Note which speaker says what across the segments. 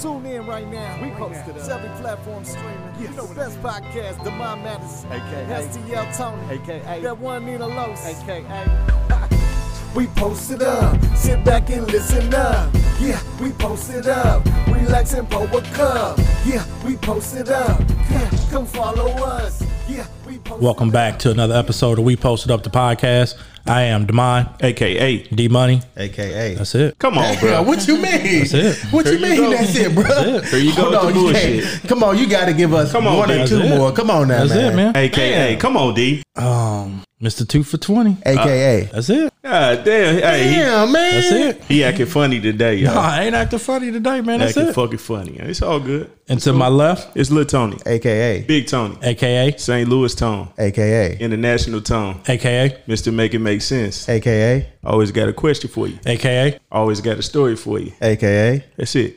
Speaker 1: Tune in right now.
Speaker 2: We posted up.
Speaker 1: Every platform streaming.
Speaker 2: Yes.
Speaker 1: You know the best podcast, The Mind Matters.
Speaker 2: AKA.
Speaker 1: STL Tony.
Speaker 2: AKA.
Speaker 1: That one Nina Los.
Speaker 2: AKA.
Speaker 1: We post it up. Sit back and listen up. Yeah, we post it up. Relax and pour a cup. Yeah, we post it up. Yeah, come follow us. Yeah, we post
Speaker 3: Welcome back to another episode of We Posted Up the Podcast. I am Demond,
Speaker 4: AKA.
Speaker 3: D Money.
Speaker 5: AKA.
Speaker 3: That's it.
Speaker 4: Come on,
Speaker 5: Yeah,
Speaker 4: bro.
Speaker 5: what you mean? That's
Speaker 3: it.
Speaker 5: What you
Speaker 4: Here
Speaker 5: mean?
Speaker 4: you go.
Speaker 5: that's it, bro.
Speaker 3: That's it.
Speaker 4: Here you go
Speaker 5: Hold
Speaker 4: with the
Speaker 5: on, you
Speaker 4: bullshit.
Speaker 5: can't- Come on, you got to give us
Speaker 4: Come on,
Speaker 5: one or
Speaker 4: man.
Speaker 5: two
Speaker 3: That's it.
Speaker 5: more. Come on now,
Speaker 3: That's it, man.
Speaker 4: AKA. Come on, D.
Speaker 3: Um, Mr. Two for Twenty.
Speaker 5: AKA.
Speaker 3: That's it.
Speaker 4: God Ah, damn. Uh, Hey,
Speaker 5: Damn, man.
Speaker 3: That's it.
Speaker 4: he, he acting funny today,
Speaker 3: Nah,
Speaker 4: y'all.
Speaker 3: I ain't acting funny today, man. That's
Speaker 4: acting
Speaker 3: it.
Speaker 4: fucking funny. It's all good.
Speaker 3: And to my left,
Speaker 4: It's Lil Tony.
Speaker 5: AKA.
Speaker 4: Big Tony.
Speaker 3: aka,
Speaker 4: St. Louis Tone.
Speaker 5: AKA.
Speaker 4: International Tone.
Speaker 3: aka,
Speaker 4: Mr. Make It Make Sense.
Speaker 5: AKA.
Speaker 4: Always got a question for you.
Speaker 3: aka.
Speaker 4: Always got a story for you.
Speaker 5: AKA.
Speaker 4: That's it.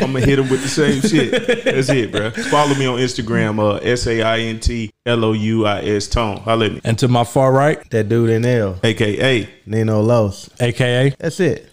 Speaker 4: I'm gonna hit him with the same shit. That's it, bro. Follow me on Instagram, uh, S A I N T L O U I S Tone. Holla at me.
Speaker 3: And to my far right,
Speaker 5: That dude in L.
Speaker 4: AKA.
Speaker 5: Nino Los.
Speaker 3: aka.
Speaker 5: That's it.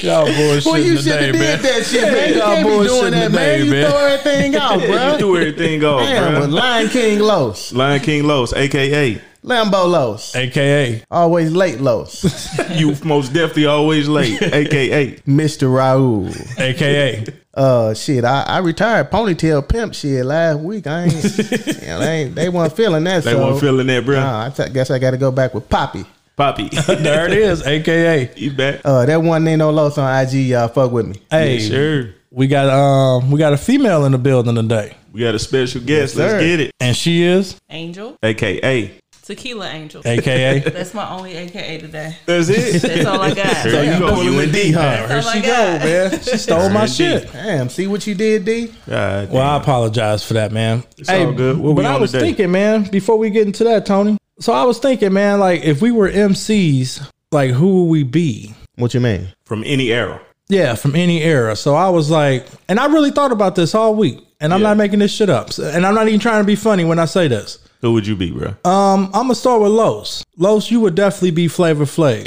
Speaker 3: Y'all bullshit
Speaker 5: Boy, you should
Speaker 3: today,
Speaker 5: have
Speaker 3: man.
Speaker 5: did that shit, man. You
Speaker 3: y'all
Speaker 5: can't be
Speaker 3: bullshitting
Speaker 5: doing that,
Speaker 3: today,
Speaker 5: man. You
Speaker 3: man.
Speaker 5: throw everything out,
Speaker 4: Yeah, you
Speaker 5: bro.
Speaker 4: threw everything off,
Speaker 5: Damn, but
Speaker 4: bro.
Speaker 5: Lion King Los.
Speaker 4: Lion King Los, AKA.
Speaker 5: Lambo Los.
Speaker 3: aka.
Speaker 5: Always late Los.
Speaker 4: You most definitely always late, AKA.
Speaker 5: Mr. Raul.
Speaker 3: aka.
Speaker 5: Uh, shit, I, I retired ponytail pimp shit last week. I ain't, you know, they, ain't they weren't feeling that.
Speaker 4: They
Speaker 5: so,
Speaker 4: weren't feeling that, bro.
Speaker 5: Nah, I t- guess I got to go back with Poppy.
Speaker 4: Poppy.
Speaker 3: There it is, aka.
Speaker 4: you back?
Speaker 5: Uh, that one Nino Los on IG, y'all fuck with me.
Speaker 3: Hey,
Speaker 4: Yeah, sure.
Speaker 3: we got um, we got a female in the building today,
Speaker 4: We got a special guest.
Speaker 5: sir.
Speaker 4: Let's get it.
Speaker 3: and she is
Speaker 6: Angel,
Speaker 4: AKA.
Speaker 6: Tequila Angel.
Speaker 3: aka.
Speaker 6: That's my only AKA today.
Speaker 4: That's it.
Speaker 6: That's all I got.
Speaker 4: There you go. You and D,
Speaker 3: Here
Speaker 4: huh?
Speaker 6: Oh my
Speaker 3: she go,
Speaker 6: God.
Speaker 3: man. She stole my
Speaker 4: Indeed.
Speaker 3: shit.
Speaker 5: Damn, see what you did, D?
Speaker 4: God
Speaker 3: Well, I
Speaker 4: damn.
Speaker 3: apologize for that, man.
Speaker 4: It's all good. What
Speaker 3: but
Speaker 4: we
Speaker 3: I
Speaker 4: on
Speaker 3: was
Speaker 4: today?
Speaker 3: thinking, man, before we get into that, Tony. So I was thinking, man, like if we were MCs, like who would we be?
Speaker 5: What you mean?
Speaker 4: From any era.
Speaker 3: Yeah, from any era. So I was like, and I really thought about this all week, and I'm
Speaker 4: Yeah.
Speaker 3: not making this shit up, So- and I'm not even trying to be funny when I say this.
Speaker 4: Who would you be, bro?
Speaker 3: Um, I'm gonna start with Los. Los, you would definitely be Flavor Flav.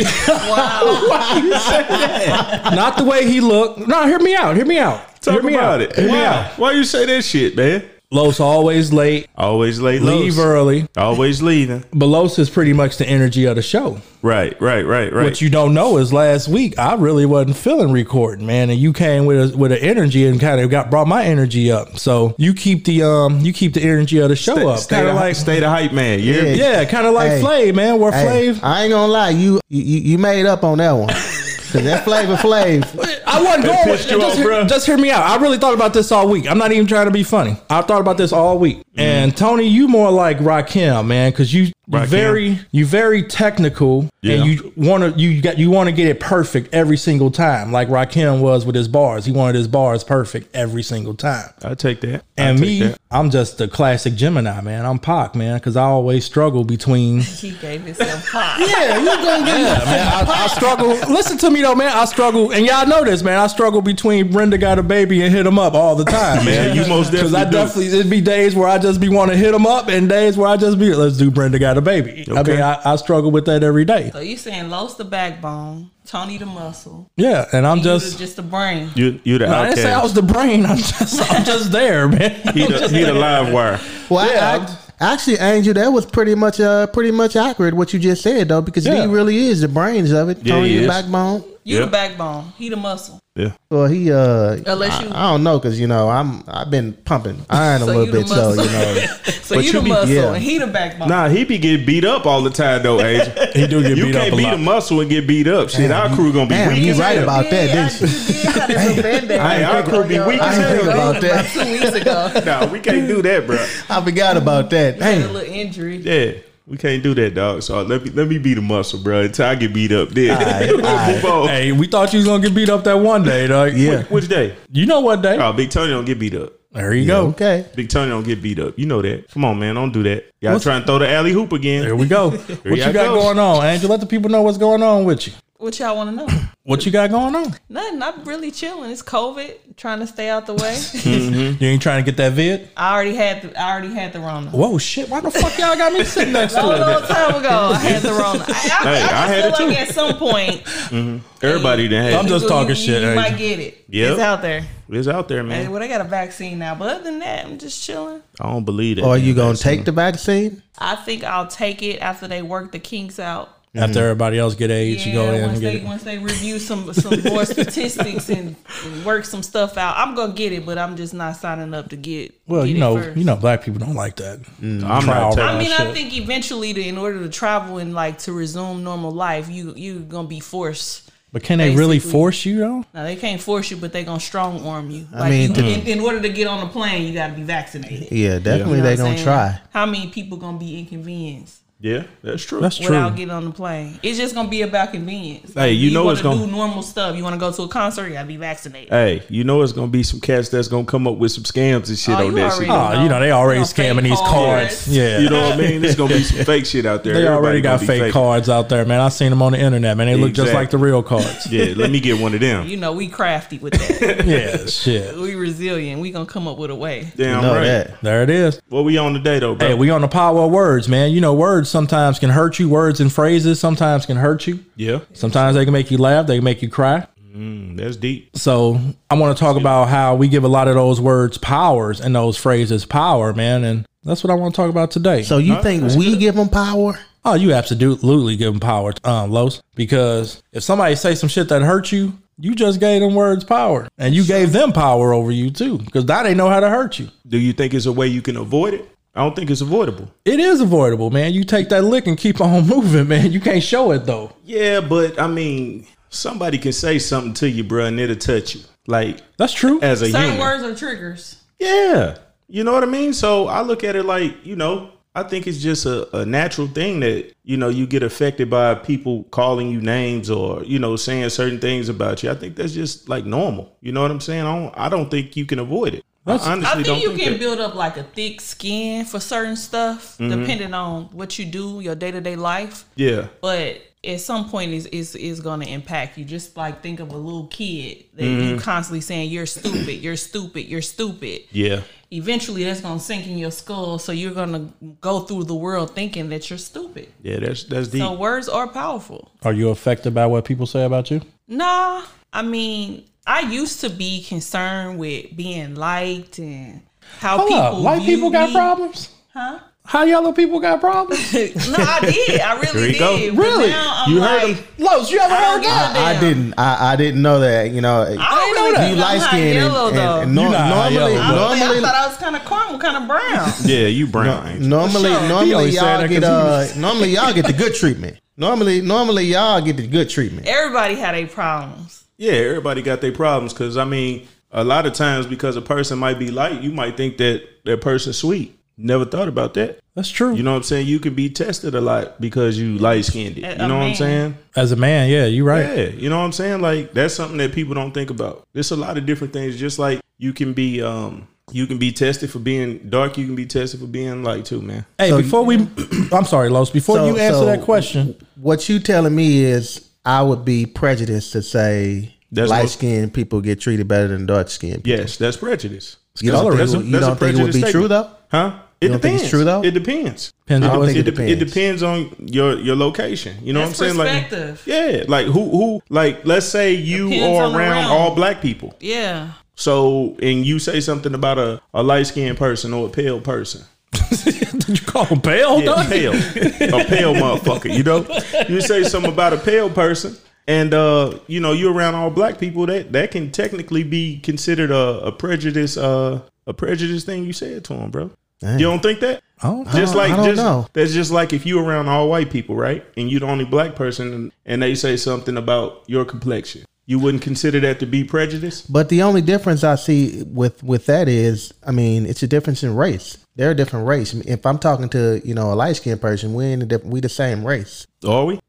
Speaker 3: not the way he looked. No, hear me out. Hear me out.
Speaker 4: Talk
Speaker 3: hear me
Speaker 4: about
Speaker 3: out.
Speaker 4: it.
Speaker 3: Hear me
Speaker 4: Why?
Speaker 3: out.
Speaker 4: Why you say that shit, man?
Speaker 3: Los always late.
Speaker 4: Always late.
Speaker 3: Leave
Speaker 4: lows.
Speaker 3: early.
Speaker 4: Always leaving.
Speaker 3: But Los is pretty much the energy of the show.
Speaker 4: Right, right, right, right.
Speaker 3: What you don't know is last week I really wasn't feeling recording, man, and you came with a, with an energy and kind of got brought my energy up. So you keep the um you keep the energy of the show
Speaker 4: stay,
Speaker 3: up,
Speaker 4: stay
Speaker 3: kind
Speaker 4: the,
Speaker 3: of like
Speaker 4: stay the hype man. Yeah.
Speaker 5: Yeah.
Speaker 3: yeah, kind of like
Speaker 5: Hey.
Speaker 3: Flav, man. Where
Speaker 5: Hey,
Speaker 3: Flav,
Speaker 5: I ain't gonna lie, you you, you you made up on that one. Cause that Flavor Flav,
Speaker 3: I wasn't going.
Speaker 4: That
Speaker 3: With,
Speaker 4: pissed you
Speaker 3: just,
Speaker 4: off,
Speaker 3: hear,
Speaker 4: bruh.
Speaker 3: just hear me out. I really thought about this all week. I'm not even trying to be funny. I thought about this all week.
Speaker 4: Mm-hmm.
Speaker 3: And Tony, you more like Rakim, man, because you you
Speaker 4: Rakim.
Speaker 3: very you very technical,
Speaker 4: Yeah.
Speaker 3: and you want to you got you want to get it perfect every single time, like Rakim was with his bars. He wanted his bars perfect every single time.
Speaker 4: I take that. I
Speaker 3: And
Speaker 4: take
Speaker 3: me,
Speaker 4: that.
Speaker 3: I'm just a classic Gemini, man. I'm Pac, man, because I always struggle between.
Speaker 6: He gave himself pop.
Speaker 3: Yeah, you gonna get yeah, man. I, I struggle. Listen to me though, man. I struggle, and y'all know this, man. I struggle between Brenda got a baby and hit him up all the time,
Speaker 4: Man,
Speaker 3: man.
Speaker 4: you most
Speaker 3: Because
Speaker 4: definitely.
Speaker 3: I
Speaker 4: do.
Speaker 3: definitely it'd be days where I just be want to hit him up, and days where I just be let's do Brenda got a baby. I
Speaker 4: Okay.
Speaker 3: mean, I, I struggle with that every day.
Speaker 6: So you saying Los the backbone, Tony the muscle,
Speaker 3: Yeah, and I'm
Speaker 6: you
Speaker 3: just.
Speaker 6: the, just the brain.
Speaker 4: You, you the
Speaker 3: I didn't say I
Speaker 4: outcast.
Speaker 3: was the brain. I'm just, I'm just there, man.
Speaker 4: He the, he the live wire.
Speaker 5: well, I-
Speaker 3: Yeah,
Speaker 5: I-
Speaker 3: I'm-
Speaker 5: actually, Angel, that was pretty much uh pretty much accurate what you just said though, because
Speaker 3: Yeah.
Speaker 5: D really is the brains of it.
Speaker 4: Yeah,
Speaker 5: Tony
Speaker 4: he
Speaker 5: the
Speaker 4: is.
Speaker 5: backbone.
Speaker 6: You
Speaker 4: Yeah.
Speaker 6: the backbone, he the muscle.
Speaker 4: Yeah.
Speaker 5: Well, he uh,
Speaker 6: Unless
Speaker 5: I-
Speaker 6: you-
Speaker 5: I, don't know, cause you know I'm I've been pumping iron a
Speaker 6: So
Speaker 5: little
Speaker 6: you the
Speaker 5: bit, so you
Speaker 6: muscle.
Speaker 5: know.
Speaker 6: So
Speaker 4: But
Speaker 6: you
Speaker 4: you
Speaker 6: the
Speaker 4: be-
Speaker 6: muscle
Speaker 5: yeah.
Speaker 6: and he the backbone.
Speaker 4: Nah, he be getting beat up all the time though, Agent.
Speaker 3: He do get
Speaker 4: You
Speaker 3: beat up
Speaker 4: can't
Speaker 3: a
Speaker 4: beat
Speaker 3: lot.
Speaker 4: a muscle and get beat up. Shit,
Speaker 5: Damn,
Speaker 4: our
Speaker 5: you-
Speaker 4: crew gonna be
Speaker 5: damn,
Speaker 4: weak.
Speaker 5: you
Speaker 4: as
Speaker 5: right
Speaker 4: hell.
Speaker 5: about that, didn't you?
Speaker 4: Hey, our crew be weak as
Speaker 5: I ain't think
Speaker 4: hell.
Speaker 5: about that.
Speaker 6: Two weeks ago,
Speaker 4: Nah, we can't do that, bro.
Speaker 5: I forgot about that.
Speaker 6: I had a
Speaker 5: Damn.
Speaker 6: little injury.
Speaker 4: Yeah, we can't do that, dog. So let me let me beat a muscle, bro. Until I get beat up, then
Speaker 5: right,
Speaker 4: we'll
Speaker 5: all right.
Speaker 4: move on.
Speaker 3: Hey, we thought you was gonna get beat up that one day, dog.
Speaker 5: Yeah.
Speaker 4: Which day?
Speaker 3: you know what day?
Speaker 4: Oh, Big Tony don't get beat up.
Speaker 3: There you go.
Speaker 5: Okay.
Speaker 4: Big Tony don't get beat up. You know that. Come on, man. Don't do that. Y'all
Speaker 3: What's-
Speaker 4: trying to throw the alley hoop again.
Speaker 3: There we go. what
Speaker 4: I
Speaker 3: you got
Speaker 4: go.
Speaker 3: going on, Angel? Let the people know what's going on with you.
Speaker 6: What y'all want to know?
Speaker 3: What you got going on?
Speaker 6: Nothing. I'm really chilling. It's COVID. Trying to stay out the way.
Speaker 4: Mm-hmm.
Speaker 3: You ain't trying to get that vid?
Speaker 6: I already had the. I already had the Rona.
Speaker 3: Whoa, shit! Why the fuck y'all got me sitting next
Speaker 6: A
Speaker 3: to it?
Speaker 6: long time ago, I had the Rona. I, I,
Speaker 4: Hey,
Speaker 6: I,
Speaker 4: I had
Speaker 6: feel
Speaker 4: it
Speaker 6: like
Speaker 4: too.
Speaker 6: at some point,
Speaker 4: Everybody done
Speaker 3: I'm
Speaker 4: had it.
Speaker 3: just
Speaker 6: you-
Speaker 3: talking
Speaker 6: you,
Speaker 3: shit.
Speaker 6: You,
Speaker 3: hey.
Speaker 6: might get it.
Speaker 4: Yep.
Speaker 6: It's out there.
Speaker 4: It's out there,
Speaker 6: Hey,
Speaker 4: man.
Speaker 6: well, they got a vaccine now, but other than that, I'm just chilling.
Speaker 4: I don't believe it.
Speaker 5: Or you gonna take the vaccine?
Speaker 6: I think I'll take it after they work the kinks out.
Speaker 4: Mm-hmm.
Speaker 3: After everybody else get AIDS,
Speaker 6: Yeah,
Speaker 3: you go in
Speaker 6: once
Speaker 3: and
Speaker 6: they
Speaker 3: get it.
Speaker 6: once they review some some more statistics and, and work some stuff out, I'm gonna get it, but I'm just not signing up to get.
Speaker 3: Well,
Speaker 6: get
Speaker 3: you
Speaker 6: it
Speaker 3: know,
Speaker 6: first.
Speaker 3: you know, black people don't like that.
Speaker 4: Mm, I'm
Speaker 3: Trial
Speaker 4: not taking
Speaker 6: I mean, I
Speaker 3: shit.
Speaker 6: think eventually, to, in order to travel and like to resume normal life, you you gonna be forced.
Speaker 3: But can they really
Speaker 6: Basically.
Speaker 3: force you though?
Speaker 6: Now they can't force you, but they gonna strong arm you. Like
Speaker 5: mean,
Speaker 6: you, in, in order to get on the plane, you gotta be vaccinated.
Speaker 5: Yeah, definitely
Speaker 6: You know
Speaker 5: they
Speaker 6: what I'm
Speaker 5: gonna
Speaker 6: saying?
Speaker 5: try.
Speaker 6: How many people gonna be inconvenienced?
Speaker 4: Yeah, that's true.
Speaker 3: That's true.
Speaker 6: without getting on the plane. It's just gonna be about convenience.
Speaker 4: Hey, you know
Speaker 6: wanna
Speaker 4: it's gonna-
Speaker 6: do normal stuff. You want to go to a concert, you gotta be vaccinated.
Speaker 4: hey, you know it's gonna be some cats that's gonna come up with some scams and shit
Speaker 6: Oh,
Speaker 4: on
Speaker 6: you
Speaker 4: that shit.
Speaker 6: already
Speaker 3: Oh, you know, they already
Speaker 6: You know, fake
Speaker 3: scamming these cards.
Speaker 6: cards.
Speaker 3: Yeah.
Speaker 4: You know what I mean? There's gonna be some fake shit out there.
Speaker 3: they already
Speaker 4: Everybody gonna
Speaker 3: got
Speaker 4: be
Speaker 3: fake, cards out there, man. I seen them on the internet, man. They look just
Speaker 4: Exactly.
Speaker 3: like the real cards.
Speaker 4: Yeah, let me get one of them.
Speaker 6: You know, we crafty with that.
Speaker 3: yeah, shit.
Speaker 6: we resilient. We gonna come up with a way.
Speaker 4: Damn
Speaker 5: know
Speaker 4: right.
Speaker 5: that.
Speaker 3: There it is.
Speaker 4: What we on today though, bro?
Speaker 3: Hey, we on the power of words, man. You know, words sometimes can hurt you. Words and phrases sometimes can hurt you.
Speaker 4: yeah,
Speaker 3: Sometimes they can make you laugh. They can make you cry.
Speaker 4: Mm, that's deep.
Speaker 3: So I want to talk about how we give a lot of those words powers and those phrases power, man. And that's what I want to talk about today.
Speaker 5: So you think we give them power?
Speaker 3: Oh, you absolutely give them power, um, Los, because if somebody say some shit that hurt you, you just gave them words power, and you gave them power over you too, because now they know how to hurt you.
Speaker 4: Do you think it's a way you can avoid it? I don't think it's avoidable.
Speaker 3: It is avoidable, man. You take that lick and keep on moving, man. You can't show it though.
Speaker 4: Yeah, but I mean, somebody can say something to you, bro, and it'll touch you. Like
Speaker 3: That's true.
Speaker 4: as a
Speaker 6: Certain
Speaker 4: human.
Speaker 6: words are triggers.
Speaker 4: Yeah. You know what I mean? So I look at it like, you know, I think it's just a, a natural thing that, you know, you get affected by people calling you names or, you know, saying certain things about you. I think that's just like normal. You know what I'm saying? I don't I don't think you can avoid it. I honestly
Speaker 6: I think
Speaker 4: don't
Speaker 6: you
Speaker 4: think
Speaker 6: can
Speaker 4: that.
Speaker 6: build up like a thick skin for certain stuff,
Speaker 4: Mm-hmm.
Speaker 6: depending on what you do, your day to day life.
Speaker 4: Yeah.
Speaker 6: but at some point is is is going to impact you just like think of a little kid that you constantly saying you're stupid you're stupid you're stupid
Speaker 4: Yeah.
Speaker 6: eventually that's going to sink in your skull so you're going to go through the world thinking that you're stupid
Speaker 4: Yeah, that's that's deep.
Speaker 6: so words are powerful
Speaker 3: Are you affected by what people say about you?
Speaker 6: nah i mean i used to be concerned with being liked and how
Speaker 3: Hold
Speaker 6: people
Speaker 3: up, white
Speaker 6: view
Speaker 3: people got
Speaker 6: me.
Speaker 3: problems.
Speaker 6: huh
Speaker 3: How yellow people got problems?
Speaker 6: no i did i
Speaker 4: There
Speaker 6: really
Speaker 4: you go.
Speaker 6: did
Speaker 3: Really?
Speaker 6: but now i'm
Speaker 4: You heard
Speaker 6: like
Speaker 4: him.
Speaker 3: Los, you ever
Speaker 6: I don't
Speaker 3: heard
Speaker 6: give
Speaker 3: that?
Speaker 6: a
Speaker 5: I
Speaker 6: damn.
Speaker 5: didn't. I, I didn't know that. You know,
Speaker 6: I don't
Speaker 3: know
Speaker 6: really
Speaker 3: that.
Speaker 6: think
Speaker 5: you
Speaker 6: I'm
Speaker 5: light
Speaker 6: hot
Speaker 5: skinned and,
Speaker 6: yellow,
Speaker 5: and,
Speaker 6: though.
Speaker 5: and nor-
Speaker 3: You not high yellow,
Speaker 5: normally,
Speaker 6: I, don't think- I
Speaker 5: normally,
Speaker 6: thought I was kind of caramel, kind of brown.
Speaker 4: yeah, you brown. ain't you?
Speaker 5: normally,
Speaker 6: sure.
Speaker 3: He
Speaker 5: normally
Speaker 3: always said
Speaker 5: y'all
Speaker 3: that
Speaker 5: get
Speaker 3: 'cause
Speaker 5: uh, normally y'all get the good treatment. Normally, normally y'all get the good treatment.
Speaker 6: Everybody had a problems.
Speaker 4: Yeah, everybody got their problems because I mean, a lot of times because a person might be light, you might think that that person's sweet. Never thought about that.
Speaker 3: That's true.
Speaker 4: You know what I'm saying? You can be tested a lot because you light skinned. You know
Speaker 6: A- a
Speaker 4: what I'm
Speaker 6: man.
Speaker 4: saying?
Speaker 3: As a man, yeah, you right.
Speaker 4: Yeah, you know what I'm saying? Like that's something that people don't think about. There's a lot of different things. Just like you can be, um, you can be tested for being dark. You can be tested for being light too, man.
Speaker 3: Hey, before we, I'm sorry, Los. Before
Speaker 5: So-
Speaker 3: you answer
Speaker 5: so-
Speaker 3: that question,
Speaker 5: What you telling me is I would be prejudiced to say
Speaker 4: That's what-
Speaker 5: light skinned people get treated better than dark skinned. people.
Speaker 4: Yes, that's prejudice.
Speaker 5: You don't,
Speaker 4: That's a-
Speaker 5: think, it- you
Speaker 4: that's a
Speaker 5: don't think it would be
Speaker 4: prejudiced
Speaker 5: true though?
Speaker 4: Huh? It
Speaker 5: don't think
Speaker 4: depends.
Speaker 5: it's true, though?
Speaker 4: It depends.
Speaker 3: depends
Speaker 5: I
Speaker 3: on
Speaker 5: don't
Speaker 3: what's
Speaker 5: think
Speaker 4: It,
Speaker 5: it
Speaker 4: de- it
Speaker 5: depends.
Speaker 4: depends on your your location. You know
Speaker 6: That's
Speaker 4: what I'm saying?
Speaker 6: perspective.
Speaker 4: Like, yeah, like who who like let's say you
Speaker 6: Depends
Speaker 4: are
Speaker 6: on the
Speaker 4: around
Speaker 6: realm.
Speaker 4: all black people.
Speaker 6: Yeah.
Speaker 4: So and you say something about a, a light skinned person or a pale person.
Speaker 3: Did you call him pale?
Speaker 4: Yeah,
Speaker 3: dog?
Speaker 4: pale. a pale motherfucker, you know? You say something about a pale person and uh, you know, you're around all black people, that that can technically be considered a, a prejudice uh a prejudice thing you said to him, bro. You don't think that?
Speaker 3: I don't think-
Speaker 4: Just
Speaker 5: don't-
Speaker 4: like
Speaker 5: I don't
Speaker 4: just
Speaker 5: know.
Speaker 4: that's just like if you around all white people, right? And you the only black person and, and they say something about your complexion. You wouldn't consider that to be prejudice?
Speaker 5: But the only difference I see with with that is, I mean, it's a difference in race. They're a different race. If I'm talking to you know a light skinned person, we in a diff- we the same race.
Speaker 4: Are we?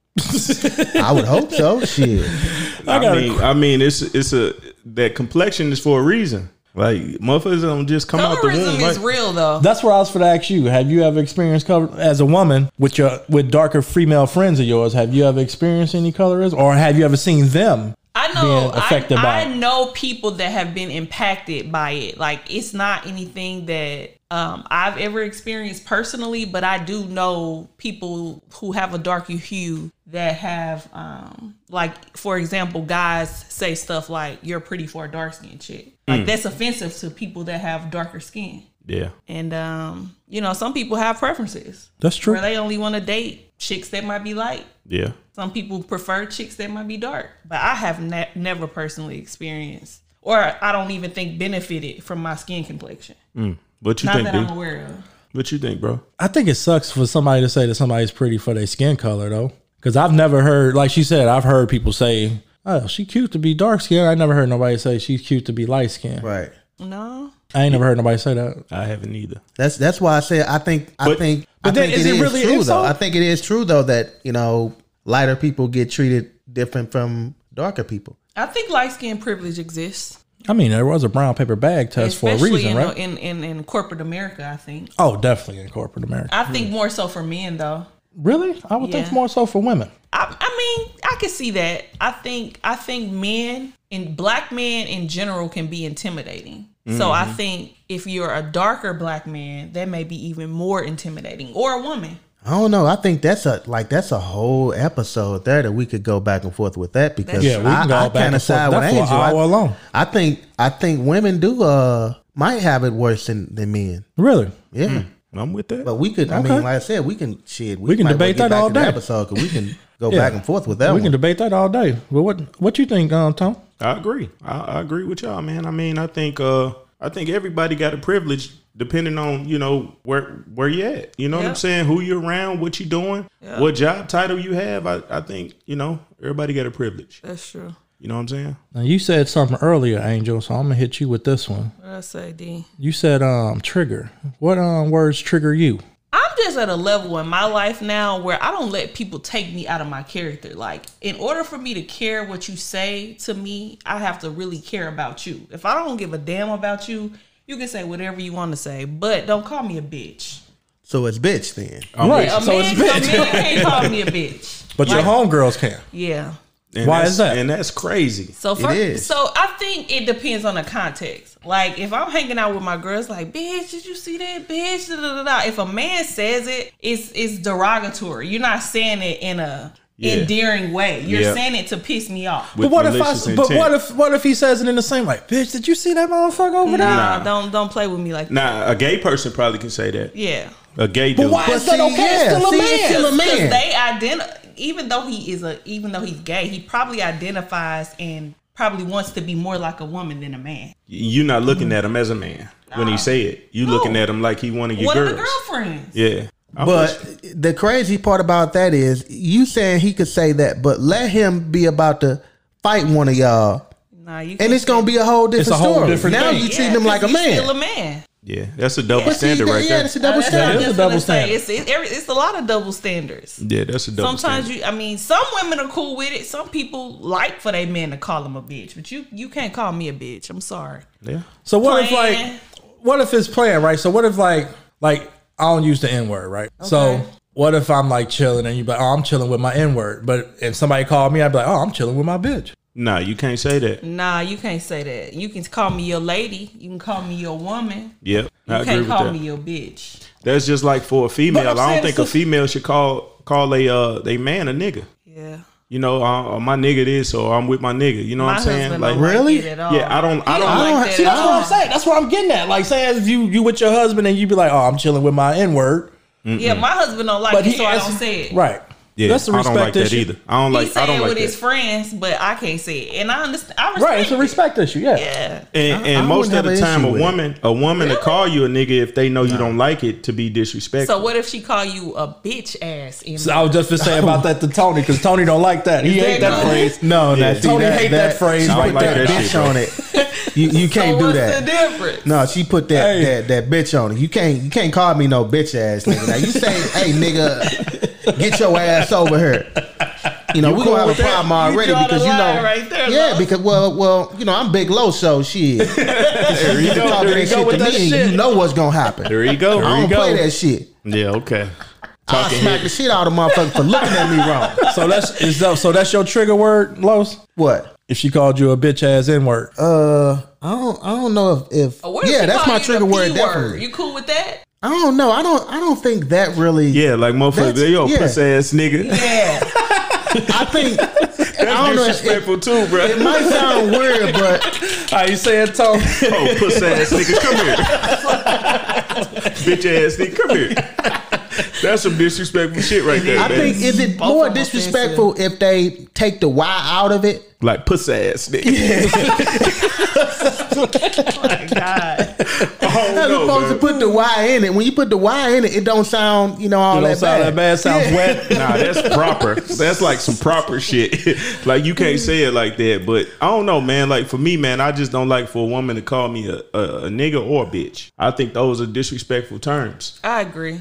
Speaker 5: I would hope so. Shit,
Speaker 4: I,
Speaker 3: got a
Speaker 4: mean, I mean, it's it's a that complexion is for a reason. Like motherfuckers don't just come out the
Speaker 6: Colorism
Speaker 4: womb.
Speaker 6: is
Speaker 4: Like,
Speaker 6: real though.
Speaker 3: That's where I was for to ask you. Have you ever experienced color as a woman with your with darker female friends of yours? Have you ever experienced any colorism, or have you ever seen them?
Speaker 6: I know
Speaker 3: being affected
Speaker 6: I,
Speaker 3: by
Speaker 6: I
Speaker 3: it.
Speaker 6: know people that have been impacted by it. Like it's not anything that um, I've ever experienced personally, but I do know people who have a darker hue that have, um, like, for example, guys say stuff like "You're pretty for a dark skinned chick."
Speaker 4: Hmm.
Speaker 6: Like that's offensive to people that have darker skin,
Speaker 4: yeah,
Speaker 6: and um, you know, some people have preferences
Speaker 3: That's true.
Speaker 6: where they only want to date chicks that might be light.
Speaker 4: yeah.
Speaker 6: Some people prefer chicks that might be dark, but I have ne- never personally experienced, or I don't even think benefited from my skin complexion.
Speaker 4: Mm. What you
Speaker 6: Not
Speaker 4: think,
Speaker 6: that I'm
Speaker 4: dude?
Speaker 6: aware of.
Speaker 4: What you think, bro?
Speaker 3: I think it sucks for somebody to say that somebody's pretty for their skin color though, because I've never heard, like she said, I've heard people say, "Oh, she cute to be dark skinned I never heard nobody say she's cute to be light skinned
Speaker 5: Right.
Speaker 6: No,
Speaker 3: I ain't never heard nobody say that.
Speaker 4: I haven't either.
Speaker 5: That's that's why I say I think I
Speaker 4: But-
Speaker 5: think
Speaker 3: but
Speaker 5: I
Speaker 3: then
Speaker 5: think
Speaker 3: is
Speaker 5: it
Speaker 3: it
Speaker 5: is
Speaker 3: really
Speaker 5: true
Speaker 3: insult?
Speaker 5: though. I think it is true though that you know lighter people get treated different from darker people.
Speaker 6: I think light skin privilege exists,
Speaker 3: I mean, there was a brown paper bag test for a
Speaker 6: especially
Speaker 3: reason,
Speaker 6: in,
Speaker 3: right?
Speaker 6: in, in in corporate America. I think.
Speaker 3: oh, definitely in corporate America.
Speaker 6: I think more so for men though.
Speaker 3: really? I would
Speaker 6: Yeah.
Speaker 3: think more so for women.
Speaker 6: I, I mean, I can see that. I think I think men and black men in general can be intimidating. So I think if you're a darker black man, that may be even more intimidating, or a woman.
Speaker 5: I don't know. I think that's a like that's a whole episode there that we could go back and forth with that because
Speaker 3: Yeah, we can go
Speaker 5: I, I
Speaker 3: back
Speaker 5: kind
Speaker 3: and
Speaker 5: of
Speaker 3: forth.
Speaker 5: side with
Speaker 3: That's for an
Speaker 5: Angel. I,
Speaker 3: hour long.
Speaker 5: I think I think women do uh might have it worse than, than men.
Speaker 3: Really?
Speaker 5: Yeah,
Speaker 4: I'm with that.
Speaker 5: but we could. I mean,
Speaker 3: Hmm. Okay.
Speaker 5: like I said, we can shit.
Speaker 3: We can
Speaker 5: might well
Speaker 3: debate
Speaker 5: get
Speaker 3: that
Speaker 5: back
Speaker 3: all
Speaker 5: to the
Speaker 3: day.
Speaker 5: episode because we can go
Speaker 3: Yeah.
Speaker 5: back and forth with that
Speaker 3: we
Speaker 5: one.
Speaker 3: can debate that all day. Well, what what you think, um, Tom?
Speaker 4: I agree. I, I agree with y'all, man. I mean, I think uh I think everybody got a privilege depending on, you know, where where you at. You know what
Speaker 6: Yeah.
Speaker 4: I'm saying? Who you around, what you doing, what job title you have. I, I think, you know, everybody got a privilege.
Speaker 6: That's true.
Speaker 4: You know what I'm saying?
Speaker 3: Now you said something earlier, Angel, so I'm gonna hit you with this one.
Speaker 6: What I say, D?
Speaker 3: You said um trigger. What um words trigger you?
Speaker 6: I'm just at a level in my life now where I don't let people take me out of my character. Like, in order for me to care what you say to me, I have to really care about you. If I don't give a damn about you, you can say whatever you want to say, but don't call me a bitch.
Speaker 5: so it's bitch then.
Speaker 3: right.
Speaker 6: A
Speaker 3: So
Speaker 6: man,
Speaker 3: it's bitch.
Speaker 6: A man can't call me a bitch.
Speaker 3: But your homegirls can.
Speaker 6: Yeah.
Speaker 4: And
Speaker 3: Why
Speaker 4: that's-
Speaker 3: is that?
Speaker 4: And that's crazy.
Speaker 6: So first,
Speaker 5: is.
Speaker 6: so I think it depends on the context. Like if I'm hanging out with my girls, like bitch, did you see that bitch? Da, da, da, da. If a man says it, it's it's derogatory. You're not saying it in a
Speaker 4: Yeah.
Speaker 6: endearing way. You're
Speaker 4: Yeah.
Speaker 6: saying it to piss me off.
Speaker 3: But
Speaker 4: With
Speaker 3: what if I?
Speaker 4: malicious
Speaker 3: But
Speaker 4: intent.
Speaker 3: what if? What if he says it in the same like, bitch? Did you see that motherfucker over there?
Speaker 6: Nah, don't don't play with me like that.
Speaker 4: Nah, a gay person probably can say that.
Speaker 6: Yeah,
Speaker 4: A gay
Speaker 3: But
Speaker 4: dude.
Speaker 3: why is that
Speaker 5: see,
Speaker 3: okay? It's
Speaker 5: yeah,
Speaker 3: still a
Speaker 5: see,
Speaker 3: man.
Speaker 5: it's still a
Speaker 6: because
Speaker 5: man.
Speaker 6: they identify. Even though he is a, even though he's gay, he probably identifies and probably wants to be more like a woman than a man.
Speaker 4: You're not looking at him as a man when he say it. You looking at him like he one of your
Speaker 6: One
Speaker 4: girls.
Speaker 6: of the girlfriends.
Speaker 4: Yeah. I'm with
Speaker 5: But the crazy part about that is you saying he could say that, but let him be about to fight one of y'all,
Speaker 6: Nah, you
Speaker 5: and
Speaker 6: can't
Speaker 5: it's gonna be a whole different
Speaker 3: a whole
Speaker 5: story.
Speaker 3: different
Speaker 5: now
Speaker 3: thing.
Speaker 5: you
Speaker 6: Yeah,
Speaker 5: treating him like a
Speaker 6: 'cause he's
Speaker 5: man.
Speaker 6: Still a man.
Speaker 4: you. yeah, that's a double
Speaker 5: But see,
Speaker 4: standard
Speaker 5: that-
Speaker 4: right
Speaker 5: yeah,
Speaker 4: there.
Speaker 5: it's a double
Speaker 6: That's what I'm
Speaker 5: standard.
Speaker 3: is a
Speaker 6: just
Speaker 3: double
Speaker 6: gonna say.
Speaker 3: standard.
Speaker 6: It's, it's, every- it's a lot of double standards.
Speaker 4: Yeah, that's a double standard.
Speaker 6: Sometimes you, I mean, some women are cool with it. Some people like for their men to call them a bitch, but you you can't call me a bitch. I'm sorry.
Speaker 4: Yeah.
Speaker 3: So what
Speaker 6: Plan.
Speaker 3: if like what if it's playing, right? So what if like like I don't use the N word, right? So what if I'm like chilling and you be like, oh, I'm chilling with my N word, but if somebody called me, I'd be like, oh, I'm chilling with my bitch.
Speaker 4: No, you can't say that.
Speaker 6: Nah, you can't say that. You can call me your lady. You can call me your woman.
Speaker 4: Yep.
Speaker 6: You
Speaker 4: I agree
Speaker 6: can't
Speaker 4: with
Speaker 6: call
Speaker 4: that.
Speaker 6: me your bitch.
Speaker 4: That's just like for a female.
Speaker 3: But I'm
Speaker 4: I
Speaker 3: saying
Speaker 4: don't think a
Speaker 3: it's a-
Speaker 4: female should call call a uh they man a nigga.
Speaker 6: Yeah.
Speaker 4: You know, uh, uh, my nigga this or I'm with my nigga. You know
Speaker 6: My
Speaker 4: what I'm saying?
Speaker 6: husband
Speaker 4: Like
Speaker 6: don't like
Speaker 5: Really?
Speaker 6: it at all.
Speaker 4: Yeah, I don't- I
Speaker 6: He
Speaker 4: don't- I
Speaker 5: don't-
Speaker 6: like that Oh.
Speaker 5: see, that's
Speaker 6: at
Speaker 5: what
Speaker 6: all.
Speaker 5: I'm
Speaker 3: saying. That's what I'm getting at. Like, say if you you with your husband and you be like, oh, I'm chilling with my N word,
Speaker 6: Yeah, my husband don't like it, so I don't say it.
Speaker 3: Right.
Speaker 4: yeah,
Speaker 3: That's a
Speaker 4: I
Speaker 3: respect
Speaker 4: don't like that
Speaker 3: issue.
Speaker 4: either. I don't
Speaker 6: He
Speaker 4: like
Speaker 6: say
Speaker 4: I
Speaker 6: it
Speaker 4: don't like
Speaker 6: with his
Speaker 4: that.
Speaker 6: friends, but I can't say it, and I understand. I respect
Speaker 3: Right. It's a
Speaker 6: it.
Speaker 3: respect issue. Yeah.
Speaker 6: Yeah.
Speaker 4: And,
Speaker 5: I
Speaker 4: and most
Speaker 5: wouldn't
Speaker 4: of
Speaker 5: have
Speaker 4: the
Speaker 5: an
Speaker 4: time,
Speaker 5: issue
Speaker 4: a
Speaker 5: with it.
Speaker 4: woman, a woman to call you a nigga if they know you don't like it to be disrespectful.
Speaker 6: So what if she call you a bitch ass? In-
Speaker 3: So I was just gonna say about that to Tony because Tony don't like that. He hate that
Speaker 6: good?
Speaker 3: phrase.
Speaker 5: No,
Speaker 4: Yeah.
Speaker 5: now, see,
Speaker 3: Tony hate that phrase
Speaker 5: she
Speaker 4: right
Speaker 5: put
Speaker 4: there.
Speaker 5: That
Speaker 4: That
Speaker 5: bitch
Speaker 4: shit, bro.
Speaker 5: on it. You, you can't
Speaker 6: so
Speaker 5: do
Speaker 6: what's
Speaker 5: that.
Speaker 6: the difference?
Speaker 5: No, she put that,
Speaker 3: Hey.
Speaker 5: that that bitch on it. You can't you can't call me no bitch ass nigga. Now you say, hey nigga, get your ass over here. You know,
Speaker 4: You
Speaker 5: we're
Speaker 4: cool
Speaker 5: gonna have
Speaker 4: with
Speaker 5: a
Speaker 4: that?
Speaker 5: problem
Speaker 6: You
Speaker 5: already
Speaker 6: draw the
Speaker 5: because you
Speaker 6: line
Speaker 5: know,
Speaker 6: right there,
Speaker 5: yeah,
Speaker 6: Los.
Speaker 5: because well, well, you know, I'm big low, so shit. you
Speaker 4: go,
Speaker 5: talking
Speaker 4: there
Speaker 5: that
Speaker 4: you go
Speaker 5: shit to
Speaker 4: with that
Speaker 5: me,
Speaker 4: shit.
Speaker 5: and you know what's gonna happen.
Speaker 4: There you go.
Speaker 5: I
Speaker 4: There you
Speaker 5: don't play
Speaker 4: go.
Speaker 5: that shit.
Speaker 4: Yeah, okay.
Speaker 5: I
Speaker 4: Talking
Speaker 5: smack
Speaker 4: head.
Speaker 5: the shit out of motherfuckers for looking at me wrong.
Speaker 3: So that's is that, so that's your trigger word, Los.
Speaker 5: What?
Speaker 3: If she called you a bitch ass n word,
Speaker 5: Uh, I don't. I don't know if. if
Speaker 6: Or what if
Speaker 5: yeah,
Speaker 6: she
Speaker 5: that's
Speaker 6: call
Speaker 5: my
Speaker 6: you the
Speaker 5: trigger
Speaker 6: P
Speaker 5: word.
Speaker 6: word.
Speaker 5: Definitely.
Speaker 6: You cool with that?
Speaker 5: I don't know. I don't. I don't think that really.
Speaker 4: Yeah, like motherfucker,
Speaker 5: That's-
Speaker 4: yo,
Speaker 5: yeah.
Speaker 4: puss ass nigga.
Speaker 6: Yeah.
Speaker 5: I think. I don't know.
Speaker 4: That's
Speaker 5: It, it,
Speaker 4: disrespectful too, bro.
Speaker 5: it might sound weird, but
Speaker 3: how you saying, Tom?
Speaker 4: Oh, puss ass nigga, come here. bitch ass nigga, come here. That's some disrespectful shit right there.
Speaker 5: I
Speaker 4: baby.
Speaker 5: think is it
Speaker 6: Both
Speaker 5: more
Speaker 6: of them
Speaker 5: disrespectful if they take the Y out of it?
Speaker 4: like puss ass nigga.
Speaker 5: Oh
Speaker 6: God.
Speaker 4: Oh
Speaker 5: As
Speaker 4: no,
Speaker 5: opposed
Speaker 4: man.
Speaker 5: to put the Y in it. When you put the Y in it, it don't sound you know all
Speaker 3: It don't
Speaker 5: that
Speaker 3: sound that
Speaker 5: bad.
Speaker 3: bad. Sounds wet.
Speaker 4: Nah, that's proper. That's like some proper shit. like you can't say it like that. But I don't know, man. Like for me, man, I just don't like for a woman to call me a, a, a nigga or a bitch. I think those are disrespectful terms.
Speaker 6: I agree.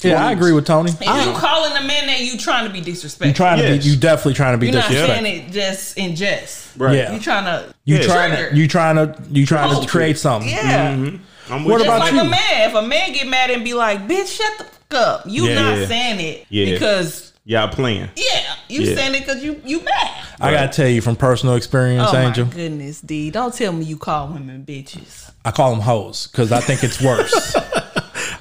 Speaker 3: Yeah, I agree with Tony.
Speaker 6: And you calling the man that you trying to be
Speaker 3: You
Speaker 6: disrespectful.
Speaker 3: trying to
Speaker 4: Yes.
Speaker 3: be? You definitely trying to be
Speaker 6: You're not saying
Speaker 3: disrespectful.
Speaker 6: it just in jest.
Speaker 4: Right.
Speaker 3: Yeah.
Speaker 6: You trying to
Speaker 3: You
Speaker 4: Yes.
Speaker 3: trying
Speaker 6: Trigger.
Speaker 3: to? You trying to? You trying
Speaker 6: Oh.
Speaker 3: to create something?
Speaker 6: Yeah.
Speaker 4: I'm
Speaker 3: What
Speaker 4: with
Speaker 6: Just
Speaker 3: about
Speaker 6: like
Speaker 3: you?
Speaker 6: a man. If a man get mad and be like, bitch, shut the fuck up. You
Speaker 4: Yeah.
Speaker 6: not
Speaker 4: Yeah.
Speaker 6: saying it
Speaker 4: Yeah.
Speaker 6: because
Speaker 4: y'all playing.
Speaker 6: yeah, you
Speaker 4: Yeah.
Speaker 6: saying it because you you mad.
Speaker 3: I gotta tell you from personal experience,
Speaker 6: Oh
Speaker 3: Angel.
Speaker 6: my goodness, D. Don't tell me you call women bitches.
Speaker 3: I call them hoes because I think it's worse.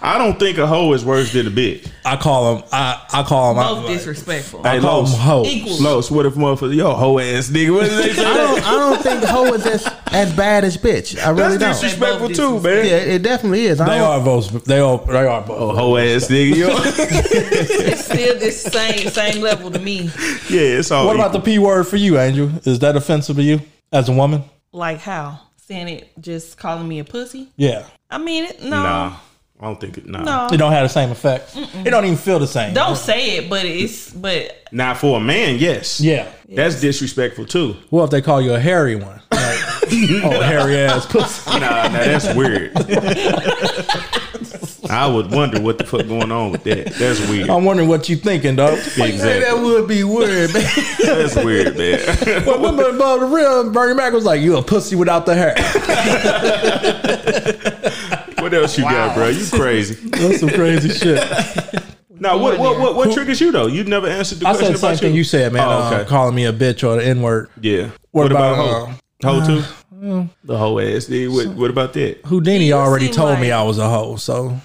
Speaker 4: I don't think a hoe is worse than a bitch.
Speaker 3: I call them. I I call them.
Speaker 6: Both
Speaker 3: I,
Speaker 6: disrespectful.
Speaker 3: I call them hoes.
Speaker 6: Equal.
Speaker 4: Los, what if motherfucker, yo, hoe ass nigga? What did they
Speaker 5: I
Speaker 4: say?
Speaker 5: don't. I don't think hoe is as as bad as bitch. I really
Speaker 4: That's
Speaker 5: don't.
Speaker 4: disrespectful
Speaker 6: They both
Speaker 4: too,
Speaker 5: Yeah,
Speaker 4: man.
Speaker 5: it definitely is. I
Speaker 3: They
Speaker 5: don't-
Speaker 3: are both. They are. They are both.
Speaker 4: Oh, hoe ass nigga, yo.
Speaker 6: It's still this same same level to me.
Speaker 4: yeah, it's all.
Speaker 3: What about the p word for you, Angel? Is that offensive to you as a woman?
Speaker 6: Like how saying it just calling me a pussy.
Speaker 3: Yeah,
Speaker 6: I mean, it, no,
Speaker 4: Nah, I don't think it. Nah,
Speaker 6: no.
Speaker 3: it don't have the same effect. It don't even feel the same.
Speaker 6: Don't say it, but it's but
Speaker 4: now for a man, yes,
Speaker 3: Yeah.
Speaker 4: that's disrespectful too.
Speaker 3: Well, if they call you a hairy one, like, oh hairy ass pussy.
Speaker 4: Nah, nah, that's weird. I would wonder what the fuck going on with that. That's weird.
Speaker 3: I'm wondering what you thinking, dog.
Speaker 4: Exactly.
Speaker 5: That would be weird, man.
Speaker 4: That's weird, man.
Speaker 3: But women above the rim, Bernie Mac was like, "You a pussy without the hair."
Speaker 4: what else you got, bro? You crazy?
Speaker 3: That's some crazy shit.
Speaker 4: Now, what what what, what triggers you though? You never answered the
Speaker 3: I
Speaker 4: question
Speaker 3: said the same
Speaker 4: about
Speaker 3: thing you said, man.
Speaker 4: Oh, okay.
Speaker 3: um, calling me a bitch or the N word.
Speaker 4: yeah.
Speaker 3: What about, uh,
Speaker 4: hoe? Hoe too? the hoe ass nigga. What, what about that?
Speaker 3: Houdini
Speaker 6: You
Speaker 3: already
Speaker 6: seem
Speaker 3: told me
Speaker 6: like-
Speaker 3: I was a hoe, so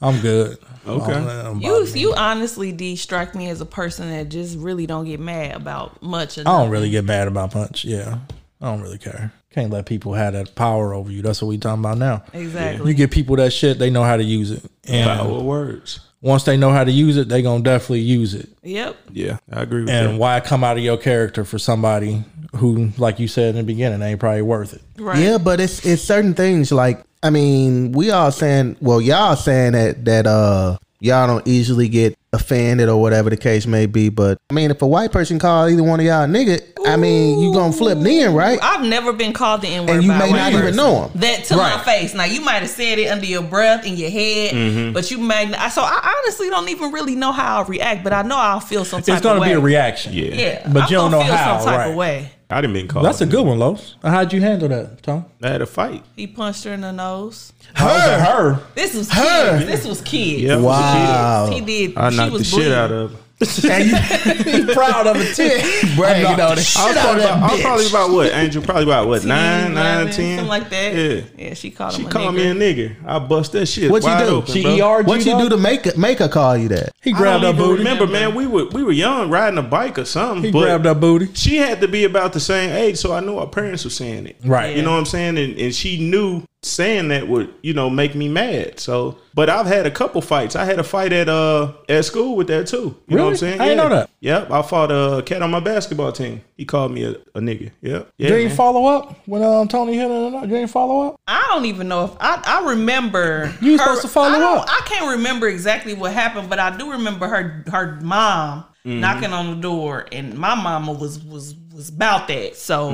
Speaker 3: I'm good.
Speaker 4: Okay.
Speaker 3: I'm- I'm
Speaker 6: You,
Speaker 3: bothered.
Speaker 6: you honestly D strike me as a person that just really don't get mad about much.
Speaker 5: Oh.
Speaker 6: Or
Speaker 3: I
Speaker 6: nothing.
Speaker 3: don't really get mad about punch. Yeah, I don't really care. Can't let people have that power over you. That's what we talking about now.
Speaker 6: exactly.
Speaker 3: You give people that shit, they know how to use it, and
Speaker 4: Power words.
Speaker 3: once they know how to use it, they gonna definitely use it.
Speaker 6: Yep.
Speaker 4: Yeah, I agree with
Speaker 3: And
Speaker 4: that.
Speaker 3: why come out of your character for somebody who, like you said in the beginning, ain't probably worth it?
Speaker 6: Right.
Speaker 5: Yeah, but it's it's certain things like I mean, we all saying well, y'all saying that that uh y'all don't easily get offended or whatever the case may be, but I mean if a white person call either one of y'all a nigga, I mean you gonna flip then, right?
Speaker 6: I've never been called the N word.
Speaker 5: And you
Speaker 6: by a
Speaker 5: may
Speaker 6: white
Speaker 5: not even
Speaker 6: person.
Speaker 5: know 'em.
Speaker 6: That to my
Speaker 3: Right.
Speaker 6: face. Now you might have said it under your breath in your head, but you might. Not, so I honestly don't even really know how I'll react, but I know I'll feel some type
Speaker 3: it's gonna
Speaker 6: of way.
Speaker 3: be a reaction.
Speaker 4: Yeah.
Speaker 6: Yeah,
Speaker 3: But
Speaker 6: I'm
Speaker 3: you don't
Speaker 6: gonna
Speaker 3: know
Speaker 6: feel
Speaker 3: how,
Speaker 6: Some type
Speaker 3: right.
Speaker 6: of way.
Speaker 4: I didn't mean called.
Speaker 3: That's a good one, Los. How'd you handle that, Tom?
Speaker 4: I had a fight.
Speaker 6: He punched her in the nose.
Speaker 3: How was it her?
Speaker 6: This was
Speaker 5: Her.
Speaker 6: kids. This was kids.
Speaker 4: Yeah, I was a
Speaker 5: Wow.
Speaker 6: He did.
Speaker 4: kid. I
Speaker 6: she
Speaker 4: knocked the
Speaker 6: was
Speaker 4: shit
Speaker 6: bleeding.
Speaker 4: out of. her.
Speaker 5: And you
Speaker 3: He proud of it too.
Speaker 5: bragging
Speaker 3: I'm not-
Speaker 5: on it.
Speaker 4: I was,
Speaker 5: Shit out
Speaker 4: probably
Speaker 5: of that
Speaker 4: about, I was
Speaker 5: bitch.
Speaker 4: probably about what, Angel? Probably about what, nine, nine, ten,
Speaker 6: something like that.
Speaker 4: Yeah.
Speaker 6: yeah. She called
Speaker 4: She
Speaker 6: him. a
Speaker 4: called
Speaker 6: nigger.
Speaker 4: me a nigga. I bust that shit.
Speaker 5: What you
Speaker 4: wide
Speaker 5: do?
Speaker 4: Open,
Speaker 3: She E
Speaker 4: bro.
Speaker 3: ER'd
Speaker 5: What you do
Speaker 3: dog?
Speaker 5: to make her- make her call you that?
Speaker 3: He
Speaker 4: I
Speaker 3: grabbed
Speaker 4: don't
Speaker 3: her
Speaker 4: even
Speaker 3: booty.
Speaker 4: remember, man. We were we were young, riding a bike or something.
Speaker 3: He
Speaker 4: but
Speaker 3: grabbed her booty.
Speaker 4: She had to be about the same age, so I knew our parents were saying it.
Speaker 3: Right.
Speaker 4: You know what I'm saying? And, and she knew saying that would, you know, make me mad. So, but I've had a couple fights. I had a fight at uh at school with that too. You know what I'm
Speaker 3: Really?
Speaker 4: saying?
Speaker 3: I didn't know that.
Speaker 4: Yep. I fought a cat on my basketball team. He called me a, a nigga. Yep. Yeah.
Speaker 3: You didn't
Speaker 4: man.
Speaker 3: follow up when um, Tony hit her. or not? You didn't follow up.
Speaker 6: I don't even know if I, I remember.
Speaker 3: You supposed to follow
Speaker 6: I don't-
Speaker 3: up.
Speaker 6: I can't remember exactly what happened, but I do remember her her mom
Speaker 4: Mm-hmm.
Speaker 6: knocking on the door, and my mama was was was about that. So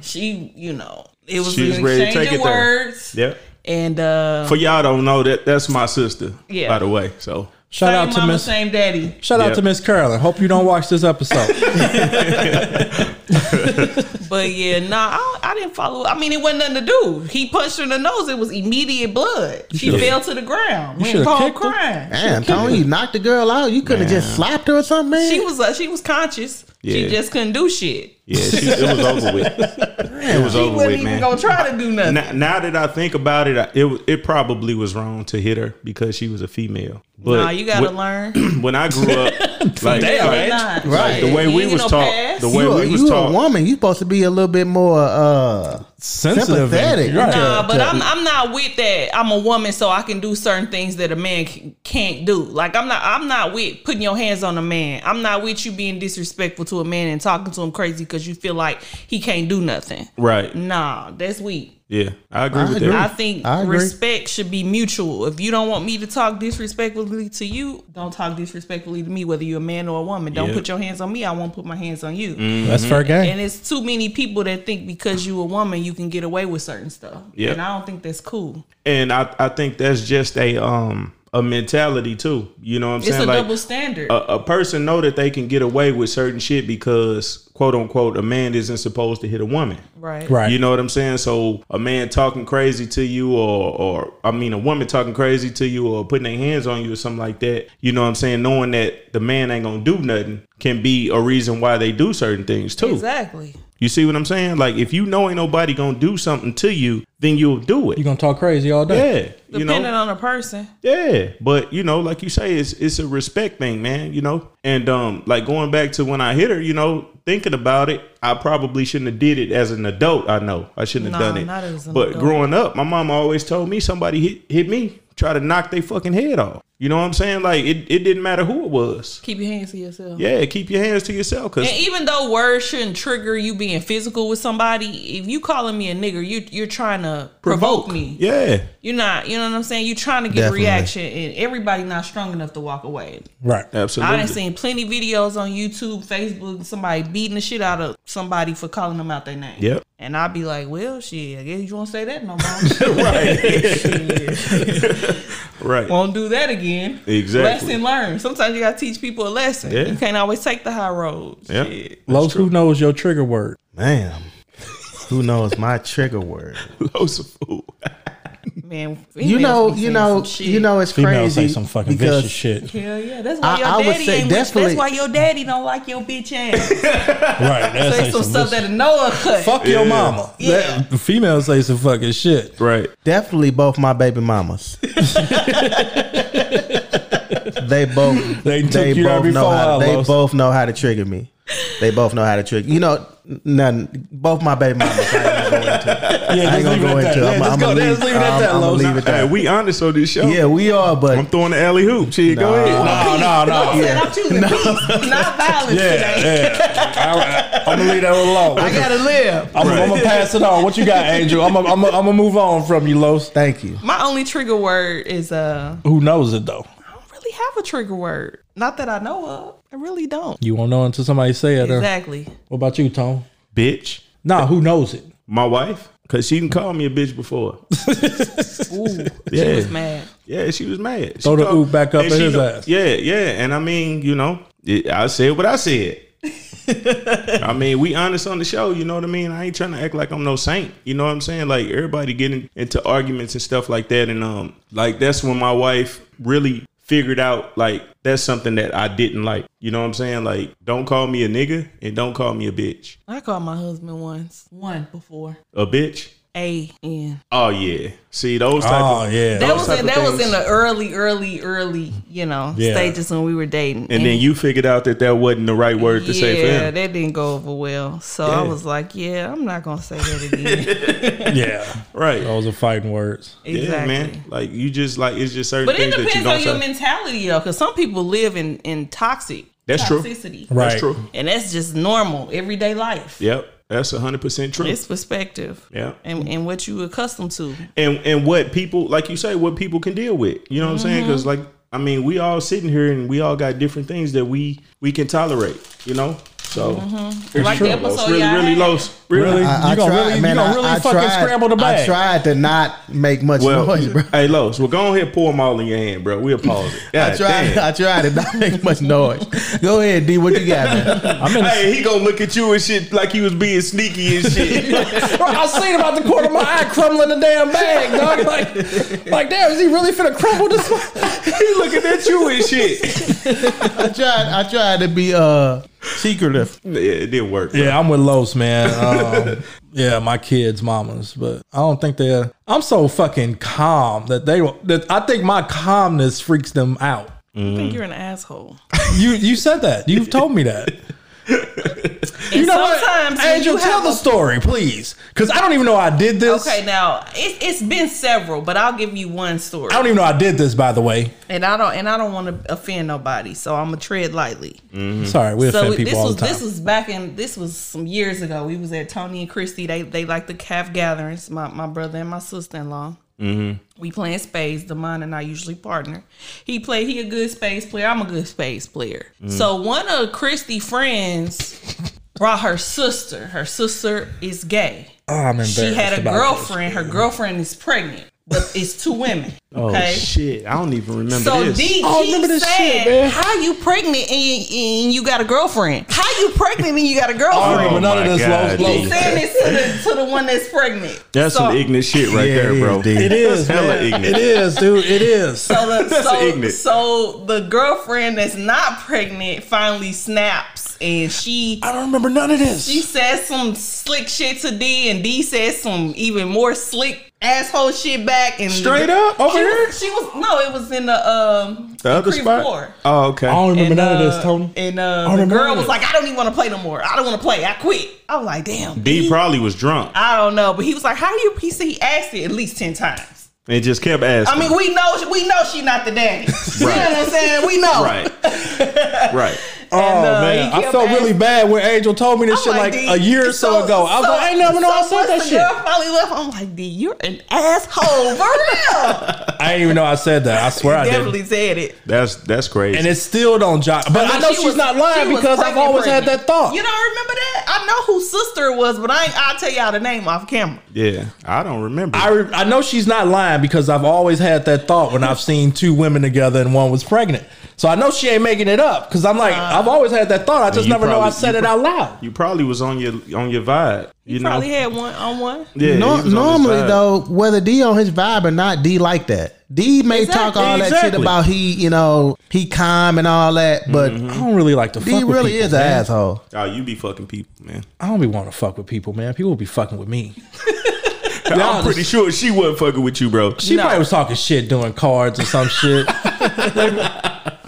Speaker 6: she, you know, it was
Speaker 4: Mm-hmm. She was
Speaker 6: an
Speaker 4: ready to
Speaker 6: exchange
Speaker 4: take
Speaker 6: of
Speaker 4: it there.
Speaker 6: words,
Speaker 4: Yep.
Speaker 6: and uh,
Speaker 4: For y'all don't know that that's my sister.
Speaker 6: Yeah.
Speaker 4: By the way, so
Speaker 3: Shout
Speaker 6: same
Speaker 3: out to
Speaker 6: mama,
Speaker 3: Miss.
Speaker 6: same daddy.
Speaker 3: Shout out
Speaker 4: Yeah.
Speaker 3: to Miss Carolyn. Hope you don't watch this episode.
Speaker 6: But yeah, nah, I, I didn't follow. I mean, it wasn't nothing to do. He punched her in the nose. It was immediate blood. She
Speaker 3: should've-
Speaker 6: fell to the ground. Went
Speaker 3: should've
Speaker 6: cold
Speaker 3: kicked her.
Speaker 6: crying.
Speaker 5: Damn, Tony, you knocked the girl out. You couldn't have just slapped her or something, man.
Speaker 6: She was uh, she was conscious. She
Speaker 4: Yeah.
Speaker 6: just couldn't do shit.
Speaker 4: Yeah, she, it was over with. It was
Speaker 6: She
Speaker 4: over
Speaker 6: wouldn't
Speaker 4: with,
Speaker 6: even
Speaker 4: man.
Speaker 6: go try to do nothing.
Speaker 4: now, now that I think about it, I, it wa- it probably was wrong to hit her because she was a female. But
Speaker 6: nah, you gotta
Speaker 4: when,
Speaker 6: learn.
Speaker 4: When I grew up, like,
Speaker 3: Damn,
Speaker 4: like,
Speaker 6: Nah.
Speaker 5: Right.
Speaker 4: the way
Speaker 6: You
Speaker 4: we
Speaker 6: ain't
Speaker 4: was
Speaker 6: get no
Speaker 4: taught,
Speaker 6: pass.
Speaker 4: the way
Speaker 5: you a,
Speaker 4: we was
Speaker 5: you a
Speaker 4: taught,
Speaker 5: woman. You supposed to be a little bit more. uh
Speaker 3: Sensitive.
Speaker 5: Sympathetic.
Speaker 3: Right.
Speaker 6: Nah, but
Speaker 5: Yeah.
Speaker 6: I'm I'm not with that. I'm a woman, so I can do certain things that a man c- can't do. Like I'm not I'm not with putting your hands on a man. I'm not with you being disrespectful to a man and talking to him crazy because you feel like he can't do nothing.
Speaker 4: right?
Speaker 6: Nah, that's weak.
Speaker 4: Yeah, I agree
Speaker 5: I
Speaker 4: with
Speaker 5: agree.
Speaker 6: I
Speaker 4: that.
Speaker 6: think
Speaker 5: I agree.
Speaker 6: respect should be mutual. If you don't want me to talk disrespectfully to you, don't talk disrespectfully to me, whether you're a man or a woman. Don't
Speaker 4: Yeah. Mm.
Speaker 6: put your hands on me. I won't put my hands on you.
Speaker 3: That's fair game.
Speaker 6: And it's too many people that think because you a woman, you can get away with certain stuff.
Speaker 4: Yeah.
Speaker 6: And I don't think that's cool.
Speaker 4: And I, I think that's just a um a mentality too. You know what I'm
Speaker 6: It's
Speaker 4: saying?
Speaker 6: a
Speaker 4: like uh,
Speaker 6: double standard.
Speaker 4: a, a person know that they can get away with certain shit because quote unquote a man isn't supposed to hit a woman.
Speaker 6: right.
Speaker 3: Right.
Speaker 4: You know what I'm saying? So a man talking crazy to you, or or I mean, a woman talking crazy to you, or putting their hands on you, or something like that. You know what I'm saying? Knowing that the man ain't gonna do nothing can be a reason why they do certain things too.
Speaker 6: Exactly.
Speaker 4: You see what I'm saying? Like if you know ain't nobody gonna do something to you, then you'll do
Speaker 3: You're
Speaker 4: it.
Speaker 3: going to talk crazy all day.
Speaker 4: Yeah, you
Speaker 6: Depending
Speaker 4: know,
Speaker 6: on the person.
Speaker 4: yeah. But you know, like you say, it's it's a respect thing, man. You know, and um, like going back to when I hit her, you know, thinking about it, I probably shouldn't have did it as an adult. I know I shouldn't have
Speaker 6: Nah,
Speaker 4: done it.
Speaker 6: not as an
Speaker 4: but
Speaker 6: adult.
Speaker 4: growing up, my mom always told me somebody hit hit me, try to knock their fucking head off. You know what I'm saying? Like it, it didn't matter who it was.
Speaker 6: Keep your hands to yourself.
Speaker 4: Yeah, keep your hands to yourself, cause
Speaker 6: And even though words shouldn't trigger you being physical with somebody, if you calling me a nigger, you you're trying to provoke, me.
Speaker 4: yeah,
Speaker 6: You're not, you know what I'm saying? You're trying to get
Speaker 5: Definitely.
Speaker 6: reaction and everybody not strong enough to walk away.
Speaker 3: Right.
Speaker 4: absolutely.
Speaker 6: I done seen plenty videos on YouTube, Facebook, somebody beating the shit out of somebody for calling them out their name.
Speaker 4: Yep.
Speaker 6: And I'd be like, well, shit, I guess you won't say that no more.
Speaker 4: right.
Speaker 6: won't do that again.
Speaker 4: Exactly.
Speaker 6: Lesson learned. Sometimes you got to teach people a lesson.
Speaker 4: Yeah.
Speaker 6: You can't always take the high road.
Speaker 4: Yeah.
Speaker 6: Shit.
Speaker 3: Los, who knows your trigger word?
Speaker 5: Damn. Who knows my trigger word?
Speaker 4: Loads of food.
Speaker 6: Man,
Speaker 5: You
Speaker 6: females
Speaker 5: know,
Speaker 6: be
Speaker 5: you
Speaker 6: saying
Speaker 5: know,
Speaker 6: some shit.
Speaker 5: you know. It's
Speaker 3: Females
Speaker 5: crazy
Speaker 3: say some fucking
Speaker 5: because
Speaker 3: vicious shit.
Speaker 6: Hell yeah, that's why
Speaker 5: I-
Speaker 6: your
Speaker 5: I would
Speaker 6: daddy
Speaker 5: say
Speaker 6: ain't with-
Speaker 5: definitely-
Speaker 6: That's why your daddy don't like your bitch ass.
Speaker 3: Right. They
Speaker 6: Say some stuff that a Noah cut.
Speaker 3: Fuck your mama.
Speaker 6: Yeah.
Speaker 3: That- females say some fucking shit.
Speaker 4: Right.
Speaker 5: Definitely both my baby mamas. they both
Speaker 3: They
Speaker 5: they,
Speaker 3: took you out
Speaker 5: both know
Speaker 3: before
Speaker 5: how,
Speaker 3: I
Speaker 5: they
Speaker 3: lost.
Speaker 5: both know how to trigger me. They both know how to trigger. You know, none. Both my baby mamas. I ain't gonna go into. it.
Speaker 3: Yeah,
Speaker 5: I ain't gonna go into. it.
Speaker 3: Yeah, just
Speaker 5: I'm,
Speaker 3: go.
Speaker 5: I'm,
Speaker 3: Let's leave it at that,
Speaker 5: I'm,
Speaker 3: Los.
Speaker 5: I'm leave it
Speaker 4: Hey,
Speaker 5: there.
Speaker 4: we honest on this show.
Speaker 5: yeah, we are,
Speaker 4: I'm
Speaker 5: but
Speaker 4: throwing the alley hoop. Shit, go
Speaker 5: Nah.
Speaker 4: ahead.
Speaker 3: No, no, no.
Speaker 6: Said I'm choosing peace, not violence
Speaker 3: Yeah,
Speaker 6: today.
Speaker 3: yeah. I, am gonna leave that one alone.
Speaker 6: I gotta live.
Speaker 3: I'm, I'm gonna pass it on. What you got, Angel? I'm gonna I'm gonna- I'm gonna move on from you, Los.
Speaker 5: thank you.
Speaker 6: My only trigger word is uh,
Speaker 3: Who knows it though?
Speaker 6: I don't really have a trigger word. Not that I know of. I really don't.
Speaker 3: You won't know until somebody say it. uh,
Speaker 6: Exactly.
Speaker 3: What about you, Tom?
Speaker 4: Bitch.
Speaker 3: Nah, who knows it?
Speaker 4: My wife. Cause she didn't call me a bitch before.
Speaker 6: Ooh,
Speaker 4: Yeah.
Speaker 6: she was mad.
Speaker 4: Yeah, she was mad. She
Speaker 3: Throw the
Speaker 4: called-
Speaker 3: oop back up
Speaker 4: and
Speaker 3: in
Speaker 4: she
Speaker 3: his
Speaker 4: go-
Speaker 3: ass.
Speaker 4: Yeah, yeah. And I mean, you know, it, I said what I said. I mean, we honest on the show, you know what I mean? I ain't trying to act like I'm no saint. You know what I'm saying? Like everybody getting into arguments and stuff like that. And um like that's when my wife really figured out like that's something that I didn't like. You know what I'm saying? Like, don't call me a nigga and don't call me a bitch.
Speaker 6: I called my husband once. One before.
Speaker 4: A bitch?
Speaker 6: A N.
Speaker 4: Oh yeah. See those type
Speaker 3: Oh
Speaker 4: of
Speaker 3: yeah.
Speaker 6: That was
Speaker 4: type
Speaker 6: in,
Speaker 4: of
Speaker 6: that was
Speaker 4: things.
Speaker 6: in the early, early, early, you know,
Speaker 3: Yeah.
Speaker 6: stages when we were dating.
Speaker 4: and then you figured out that that wasn't the right word to
Speaker 6: yeah,
Speaker 4: say for him.
Speaker 6: that didn't go over well. So I
Speaker 4: Yeah.
Speaker 6: was like, yeah, I'm not gonna say that again.
Speaker 3: yeah.
Speaker 4: Right.
Speaker 3: Those are fighting words.
Speaker 6: exactly.
Speaker 4: Yeah, man. Like you just like it's just certain
Speaker 6: But it
Speaker 4: things that you
Speaker 6: depends
Speaker 4: don't
Speaker 6: on
Speaker 4: say.
Speaker 6: your mentality though, because some people live in in toxic
Speaker 4: That's true.
Speaker 6: toxicity,
Speaker 3: Right.
Speaker 4: That's true.
Speaker 6: and that's just normal everyday life.
Speaker 4: Yep. That's hundred percent true.
Speaker 6: It's perspective,
Speaker 4: Yeah.
Speaker 6: and and what you accustomed to.
Speaker 4: and and what people like you say what people can deal with you know what i'm saying
Speaker 6: Mm-hmm.
Speaker 4: because like i mean we all sitting here and we all got different things that we we can tolerate you know So
Speaker 6: Like the episode
Speaker 4: really,
Speaker 6: y'all
Speaker 4: really
Speaker 6: had.
Speaker 4: low. Really.
Speaker 3: Really? you gonna really, you gonna really fucking
Speaker 5: tried,
Speaker 3: scramble the bag?
Speaker 5: I tried to not make much
Speaker 4: Well,
Speaker 5: noise, bro.
Speaker 4: hey Los, well go on here, pour them all in your hand, bro. We'll pause it.
Speaker 5: I
Speaker 4: God
Speaker 5: tried.
Speaker 4: damn.
Speaker 5: I tried to not make much noise. Go ahead, D. What you got? Man?
Speaker 3: I'm in
Speaker 4: Hey, he gonna look at you and shit like he was being sneaky and shit.
Speaker 3: Bro, I seen about the corner of my eye crumbling the damn bag, dog. Like, like, damn, is he really finna crumble this?
Speaker 4: he looking at you and shit.
Speaker 5: I tried. I tried to be uh secretive.
Speaker 4: Yeah, it didn't work. bro.
Speaker 3: Yeah, I'm with Los, man. Um, yeah, my kids' mamas, but I don't think they're. I'm so fucking calm that they. will- That I think my calmness freaks them out.
Speaker 6: I
Speaker 4: Mm.
Speaker 6: think you're an asshole.
Speaker 3: You you said that. You've told me that.
Speaker 6: And
Speaker 3: You know
Speaker 6: sometimes
Speaker 3: what? Angel,
Speaker 6: you
Speaker 3: tell
Speaker 6: have
Speaker 3: the
Speaker 6: a-
Speaker 3: story, please, because I don't even know I did this.
Speaker 6: Okay, now it, it's been several, but I'll give you one story.
Speaker 3: I don't even know I did this. By the way,
Speaker 6: and I don't and I don't want to offend nobody, so I'm gonna tread lightly.
Speaker 3: sorry, we
Speaker 6: Mm. So
Speaker 3: offend
Speaker 6: this
Speaker 3: people all
Speaker 6: was
Speaker 3: the time.
Speaker 6: this was back in this was some years ago. We was at Tony and Christie. They they like the calf gatherings. My my brother and my sister in law.
Speaker 3: Mm-hmm.
Speaker 6: We playing spades. Damon and I usually partner. He play. He a good spades player. I'm a good spades player.
Speaker 3: Mm.
Speaker 6: So one of Christie friends brought her sister. Her sister is gay.
Speaker 3: Oh, I'm embarrassed.
Speaker 6: She had a
Speaker 3: about
Speaker 6: girlfriend. Her girlfriend is pregnant, but it's two women. Okay.
Speaker 4: Oh shit! I don't even remember
Speaker 6: So
Speaker 4: this.
Speaker 6: D
Speaker 3: Oh, I
Speaker 6: keeps
Speaker 3: remember this shit,
Speaker 6: saying,
Speaker 3: man.
Speaker 6: "How you pregnant and, and you got a girlfriend? How you pregnant and you got a
Speaker 3: I don't
Speaker 6: girlfriend?"
Speaker 3: remember none of
Speaker 4: Oh my
Speaker 3: this. Los,
Speaker 4: God,
Speaker 6: He's
Speaker 3: Los.
Speaker 4: dude.
Speaker 6: saying this to the, to the one that's pregnant.
Speaker 4: That's
Speaker 6: so,
Speaker 4: some ignorant shit right
Speaker 5: Yeah,
Speaker 4: there,
Speaker 5: it
Speaker 4: bro.
Speaker 5: is, dude.
Speaker 3: It is
Speaker 4: hella
Speaker 3: man.
Speaker 4: ignorant.
Speaker 3: It is, dude. It is.
Speaker 6: So the,
Speaker 4: That's
Speaker 6: so,
Speaker 4: ignorant.
Speaker 6: so the girlfriend that's not pregnant finally snaps, and she
Speaker 3: I don't remember none of this.
Speaker 6: she says some slick shit to D, and D says some even more slick asshole shit back. And
Speaker 4: Straight up over
Speaker 6: she
Speaker 4: here.
Speaker 6: Was, she was no, it was in the um
Speaker 4: The other
Speaker 6: Creve
Speaker 4: spot.
Speaker 6: Coeur.
Speaker 4: Oh, okay.
Speaker 3: I don't remember
Speaker 6: And,
Speaker 3: none
Speaker 6: uh,
Speaker 3: of this, Tony.
Speaker 6: And uh,
Speaker 3: don't
Speaker 6: the
Speaker 3: remember
Speaker 6: girl was
Speaker 3: it.
Speaker 6: like, I don't even want to play no more. I don't want to play. I quit. I was like, damn.
Speaker 4: D
Speaker 6: D.
Speaker 4: probably was drunk
Speaker 6: I don't know, but he was like, how do you? He said he asked it at least ten times.
Speaker 4: and just kept asking.
Speaker 6: I mean, we know we know she not the daddy. You know what I'm saying? We know.
Speaker 4: right, right.
Speaker 3: Oh
Speaker 6: uh,
Speaker 3: man,
Speaker 6: he
Speaker 3: I
Speaker 6: kept
Speaker 3: felt really
Speaker 6: asking-
Speaker 3: bad when Angel told me this
Speaker 6: I'm
Speaker 3: shit like
Speaker 6: D,
Speaker 3: a year or so, ago. I was like, I ain't never know I
Speaker 6: so
Speaker 3: said that
Speaker 6: once
Speaker 3: shit.
Speaker 6: The girl finally left. I'm like, D, you're an asshole for real.
Speaker 3: I didn't even know I said that. I swear I did.
Speaker 6: Definitely said it.
Speaker 4: That's that's crazy.
Speaker 3: And it still don't jog. But I,
Speaker 6: mean,
Speaker 3: know
Speaker 6: she
Speaker 3: she's
Speaker 6: was-
Speaker 3: not
Speaker 6: she
Speaker 3: lying
Speaker 6: was
Speaker 3: because I've
Speaker 6: pregnant,
Speaker 3: always had that
Speaker 6: pregnant.
Speaker 3: thought.
Speaker 6: You don't remember that? I know whose sister it was, but I ain't, I'll tell y'all the name off camera.
Speaker 4: yeah, I don't remember.
Speaker 3: I, re- I know she's not lying because I've always had that thought when I've seen two women together and one was pregnant. So I know she ain't making it up because I'm like, I've always had that thought. I just
Speaker 4: you
Speaker 3: never know I
Speaker 4: probably-
Speaker 3: said
Speaker 4: you
Speaker 3: it
Speaker 4: pro-
Speaker 3: out loud.
Speaker 4: you probably was on your on your vibe. You know,
Speaker 6: Probably had one on one.
Speaker 4: yeah.
Speaker 5: Nor-
Speaker 4: he was on his
Speaker 5: normally
Speaker 4: vibe.
Speaker 5: though, whether D on his vibe or not, D like that. D may talk
Speaker 6: Exactly,
Speaker 5: all that shit
Speaker 4: exactly.
Speaker 5: about he, you know, he calm and all that, but
Speaker 4: Mm-hmm.
Speaker 3: I don't really like to fuck
Speaker 5: D
Speaker 3: with
Speaker 5: really
Speaker 3: people,
Speaker 5: is an
Speaker 3: man.
Speaker 5: asshole.
Speaker 4: Oh, you be fucking people, man.
Speaker 3: I don't be want to fuck with people, man. People be fucking with me.
Speaker 4: I'm pretty sure she wasn't fucking with you, bro.
Speaker 3: She
Speaker 6: No.
Speaker 3: probably was talking shit, doing cards or some shit. they,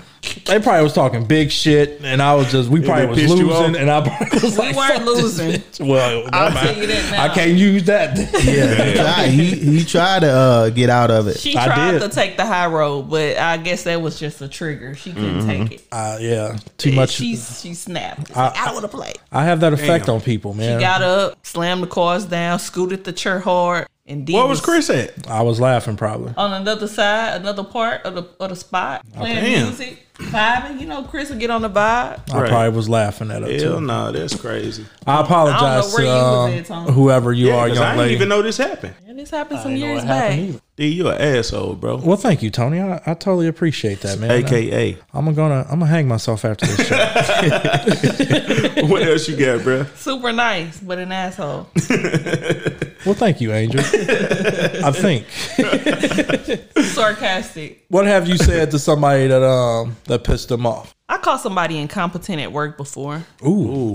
Speaker 3: they probably was talking big shit, and I was just we probably
Speaker 4: they
Speaker 3: was
Speaker 4: pissed you
Speaker 3: losing,
Speaker 4: off?
Speaker 3: and I probably was
Speaker 6: We
Speaker 3: like,
Speaker 6: weren't
Speaker 3: "Fuck this
Speaker 6: losing."
Speaker 3: bitch." Well,
Speaker 6: I'll
Speaker 3: never
Speaker 6: tell you
Speaker 3: mind.
Speaker 6: that now.
Speaker 3: I can't use that.
Speaker 5: Yeah, he tried, he, he tried to uh, get out of it.
Speaker 6: She
Speaker 3: I
Speaker 6: tried
Speaker 3: did.
Speaker 6: to take the high road, but I guess that was just a trigger. She couldn't take it.
Speaker 3: Uh, yeah, too much.
Speaker 6: She she snapped. It's like, I, don't want to play.
Speaker 3: I have that effect
Speaker 4: Damn.
Speaker 3: on people, man.
Speaker 6: Got up, slammed the cars down, scooted the chair hard, and D
Speaker 4: What was Chris at?
Speaker 3: I was laughing probably.
Speaker 6: on another side, another part of the of the spot
Speaker 3: Oh,
Speaker 6: playing
Speaker 4: damn.
Speaker 6: music, vibing. You know, Chris will get on the vibe.
Speaker 3: I
Speaker 4: Right.
Speaker 3: probably was laughing at her
Speaker 4: Hell
Speaker 3: too.
Speaker 4: nah, that's crazy.
Speaker 3: I apologize to
Speaker 6: where you was
Speaker 3: um,
Speaker 6: at, Tom.
Speaker 3: whoever you
Speaker 4: Yeah,
Speaker 3: are,
Speaker 4: 'cause
Speaker 3: young
Speaker 4: I didn't
Speaker 3: lady.
Speaker 4: even know this happened.
Speaker 6: And this happened some
Speaker 3: I didn't know
Speaker 6: years
Speaker 3: what happened
Speaker 6: back.
Speaker 3: either.
Speaker 4: D, you an asshole, bro.
Speaker 3: Well, thank you, Tony. I, I totally appreciate that, man.
Speaker 4: AKA.
Speaker 3: I'm gonna I'm gonna hang myself after this show.
Speaker 4: what else you got, bro?
Speaker 6: Super nice, but an asshole.
Speaker 3: Well, thank you, Angel. I think.
Speaker 6: Sarcastic.
Speaker 3: What have you said to somebody that um that pissed them off?
Speaker 6: I called somebody incompetent at work before.
Speaker 3: Ooh,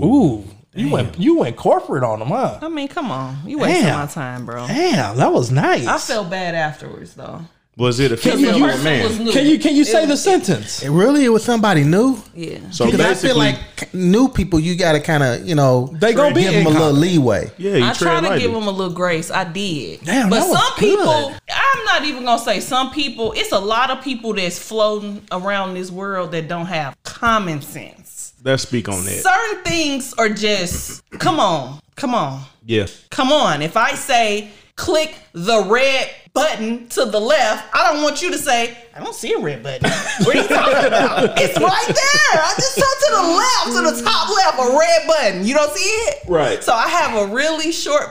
Speaker 3: ooh, you went you went corporate on them, huh?
Speaker 6: I mean, come on, you wasting
Speaker 3: Damn.
Speaker 6: my time, bro.
Speaker 3: Damn, that was nice.
Speaker 6: I felt bad afterwards, though.
Speaker 4: Was it a
Speaker 6: Because the
Speaker 4: female or a
Speaker 6: person was
Speaker 4: man?
Speaker 6: new.
Speaker 3: can you can you say
Speaker 6: It
Speaker 3: the
Speaker 6: was-
Speaker 3: sentence?
Speaker 5: It really, it was somebody new.
Speaker 6: Yeah.
Speaker 4: So
Speaker 5: Because I feel
Speaker 4: basically,
Speaker 5: like new people, you got to kind of, you know,
Speaker 3: They gonna be
Speaker 5: give them a little
Speaker 3: incompetent.
Speaker 5: leeway.
Speaker 4: yeah, you
Speaker 6: I try
Speaker 4: tread
Speaker 6: to
Speaker 4: lightly.
Speaker 6: give them a little grace. I did.
Speaker 3: Damn,
Speaker 6: but
Speaker 3: that was
Speaker 6: some people,
Speaker 3: good.
Speaker 6: I'm not even gonna say some people. It's a lot of people that's floating around this world that don't have common sense.
Speaker 4: Let's speak on that.
Speaker 6: Certain things are just come on, come on,
Speaker 4: yeah,
Speaker 6: come on. If I say click the red button to the left, I don't want you to say, I don't see a red button. What are you talking about? it's right there. I just saw to the left, to the top left, a red button. You don't see it?
Speaker 4: Right.
Speaker 6: So I have a really short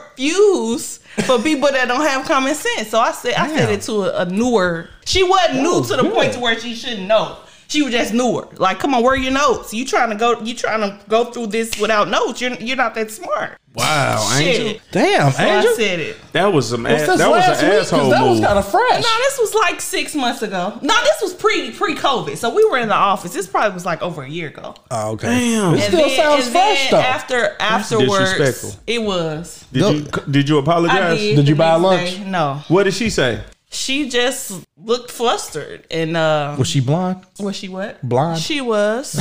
Speaker 6: fuse for people that don't have common sense. So I said I said it to a, a newer. She wasn't new to the point to where she shouldn't know. She was just newer. Like, come on, where are your notes? You trying to go? You trying to go through this without notes? You're you're not that smart.
Speaker 4: Wow, Angel.
Speaker 6: Shit.
Speaker 3: Damn,
Speaker 6: So I
Speaker 3: Angel.
Speaker 6: said it.
Speaker 4: That was some ass,
Speaker 3: That's
Speaker 4: that was
Speaker 3: last
Speaker 4: an
Speaker 3: week, 'cause
Speaker 4: asshole
Speaker 3: That was
Speaker 4: move.
Speaker 3: kind of fresh.
Speaker 6: No, this was like six months ago. No, this was pre pre COVID. So we were in the office. This probably was like over a year ago.
Speaker 3: Oh, okay.
Speaker 4: Damn.
Speaker 3: It still sounds
Speaker 6: and
Speaker 3: fresh
Speaker 6: then
Speaker 3: though.
Speaker 6: after afterwards,
Speaker 4: disrespectful.
Speaker 6: it was.
Speaker 4: Did you did you
Speaker 6: I
Speaker 4: apologize?
Speaker 6: did.
Speaker 3: Did you
Speaker 6: the
Speaker 3: buy
Speaker 6: next
Speaker 3: lunch?
Speaker 6: day. No,
Speaker 4: What did she say?
Speaker 6: she just looked flustered and uh,
Speaker 3: was she blind?
Speaker 6: was she what
Speaker 3: Blind.
Speaker 6: She was,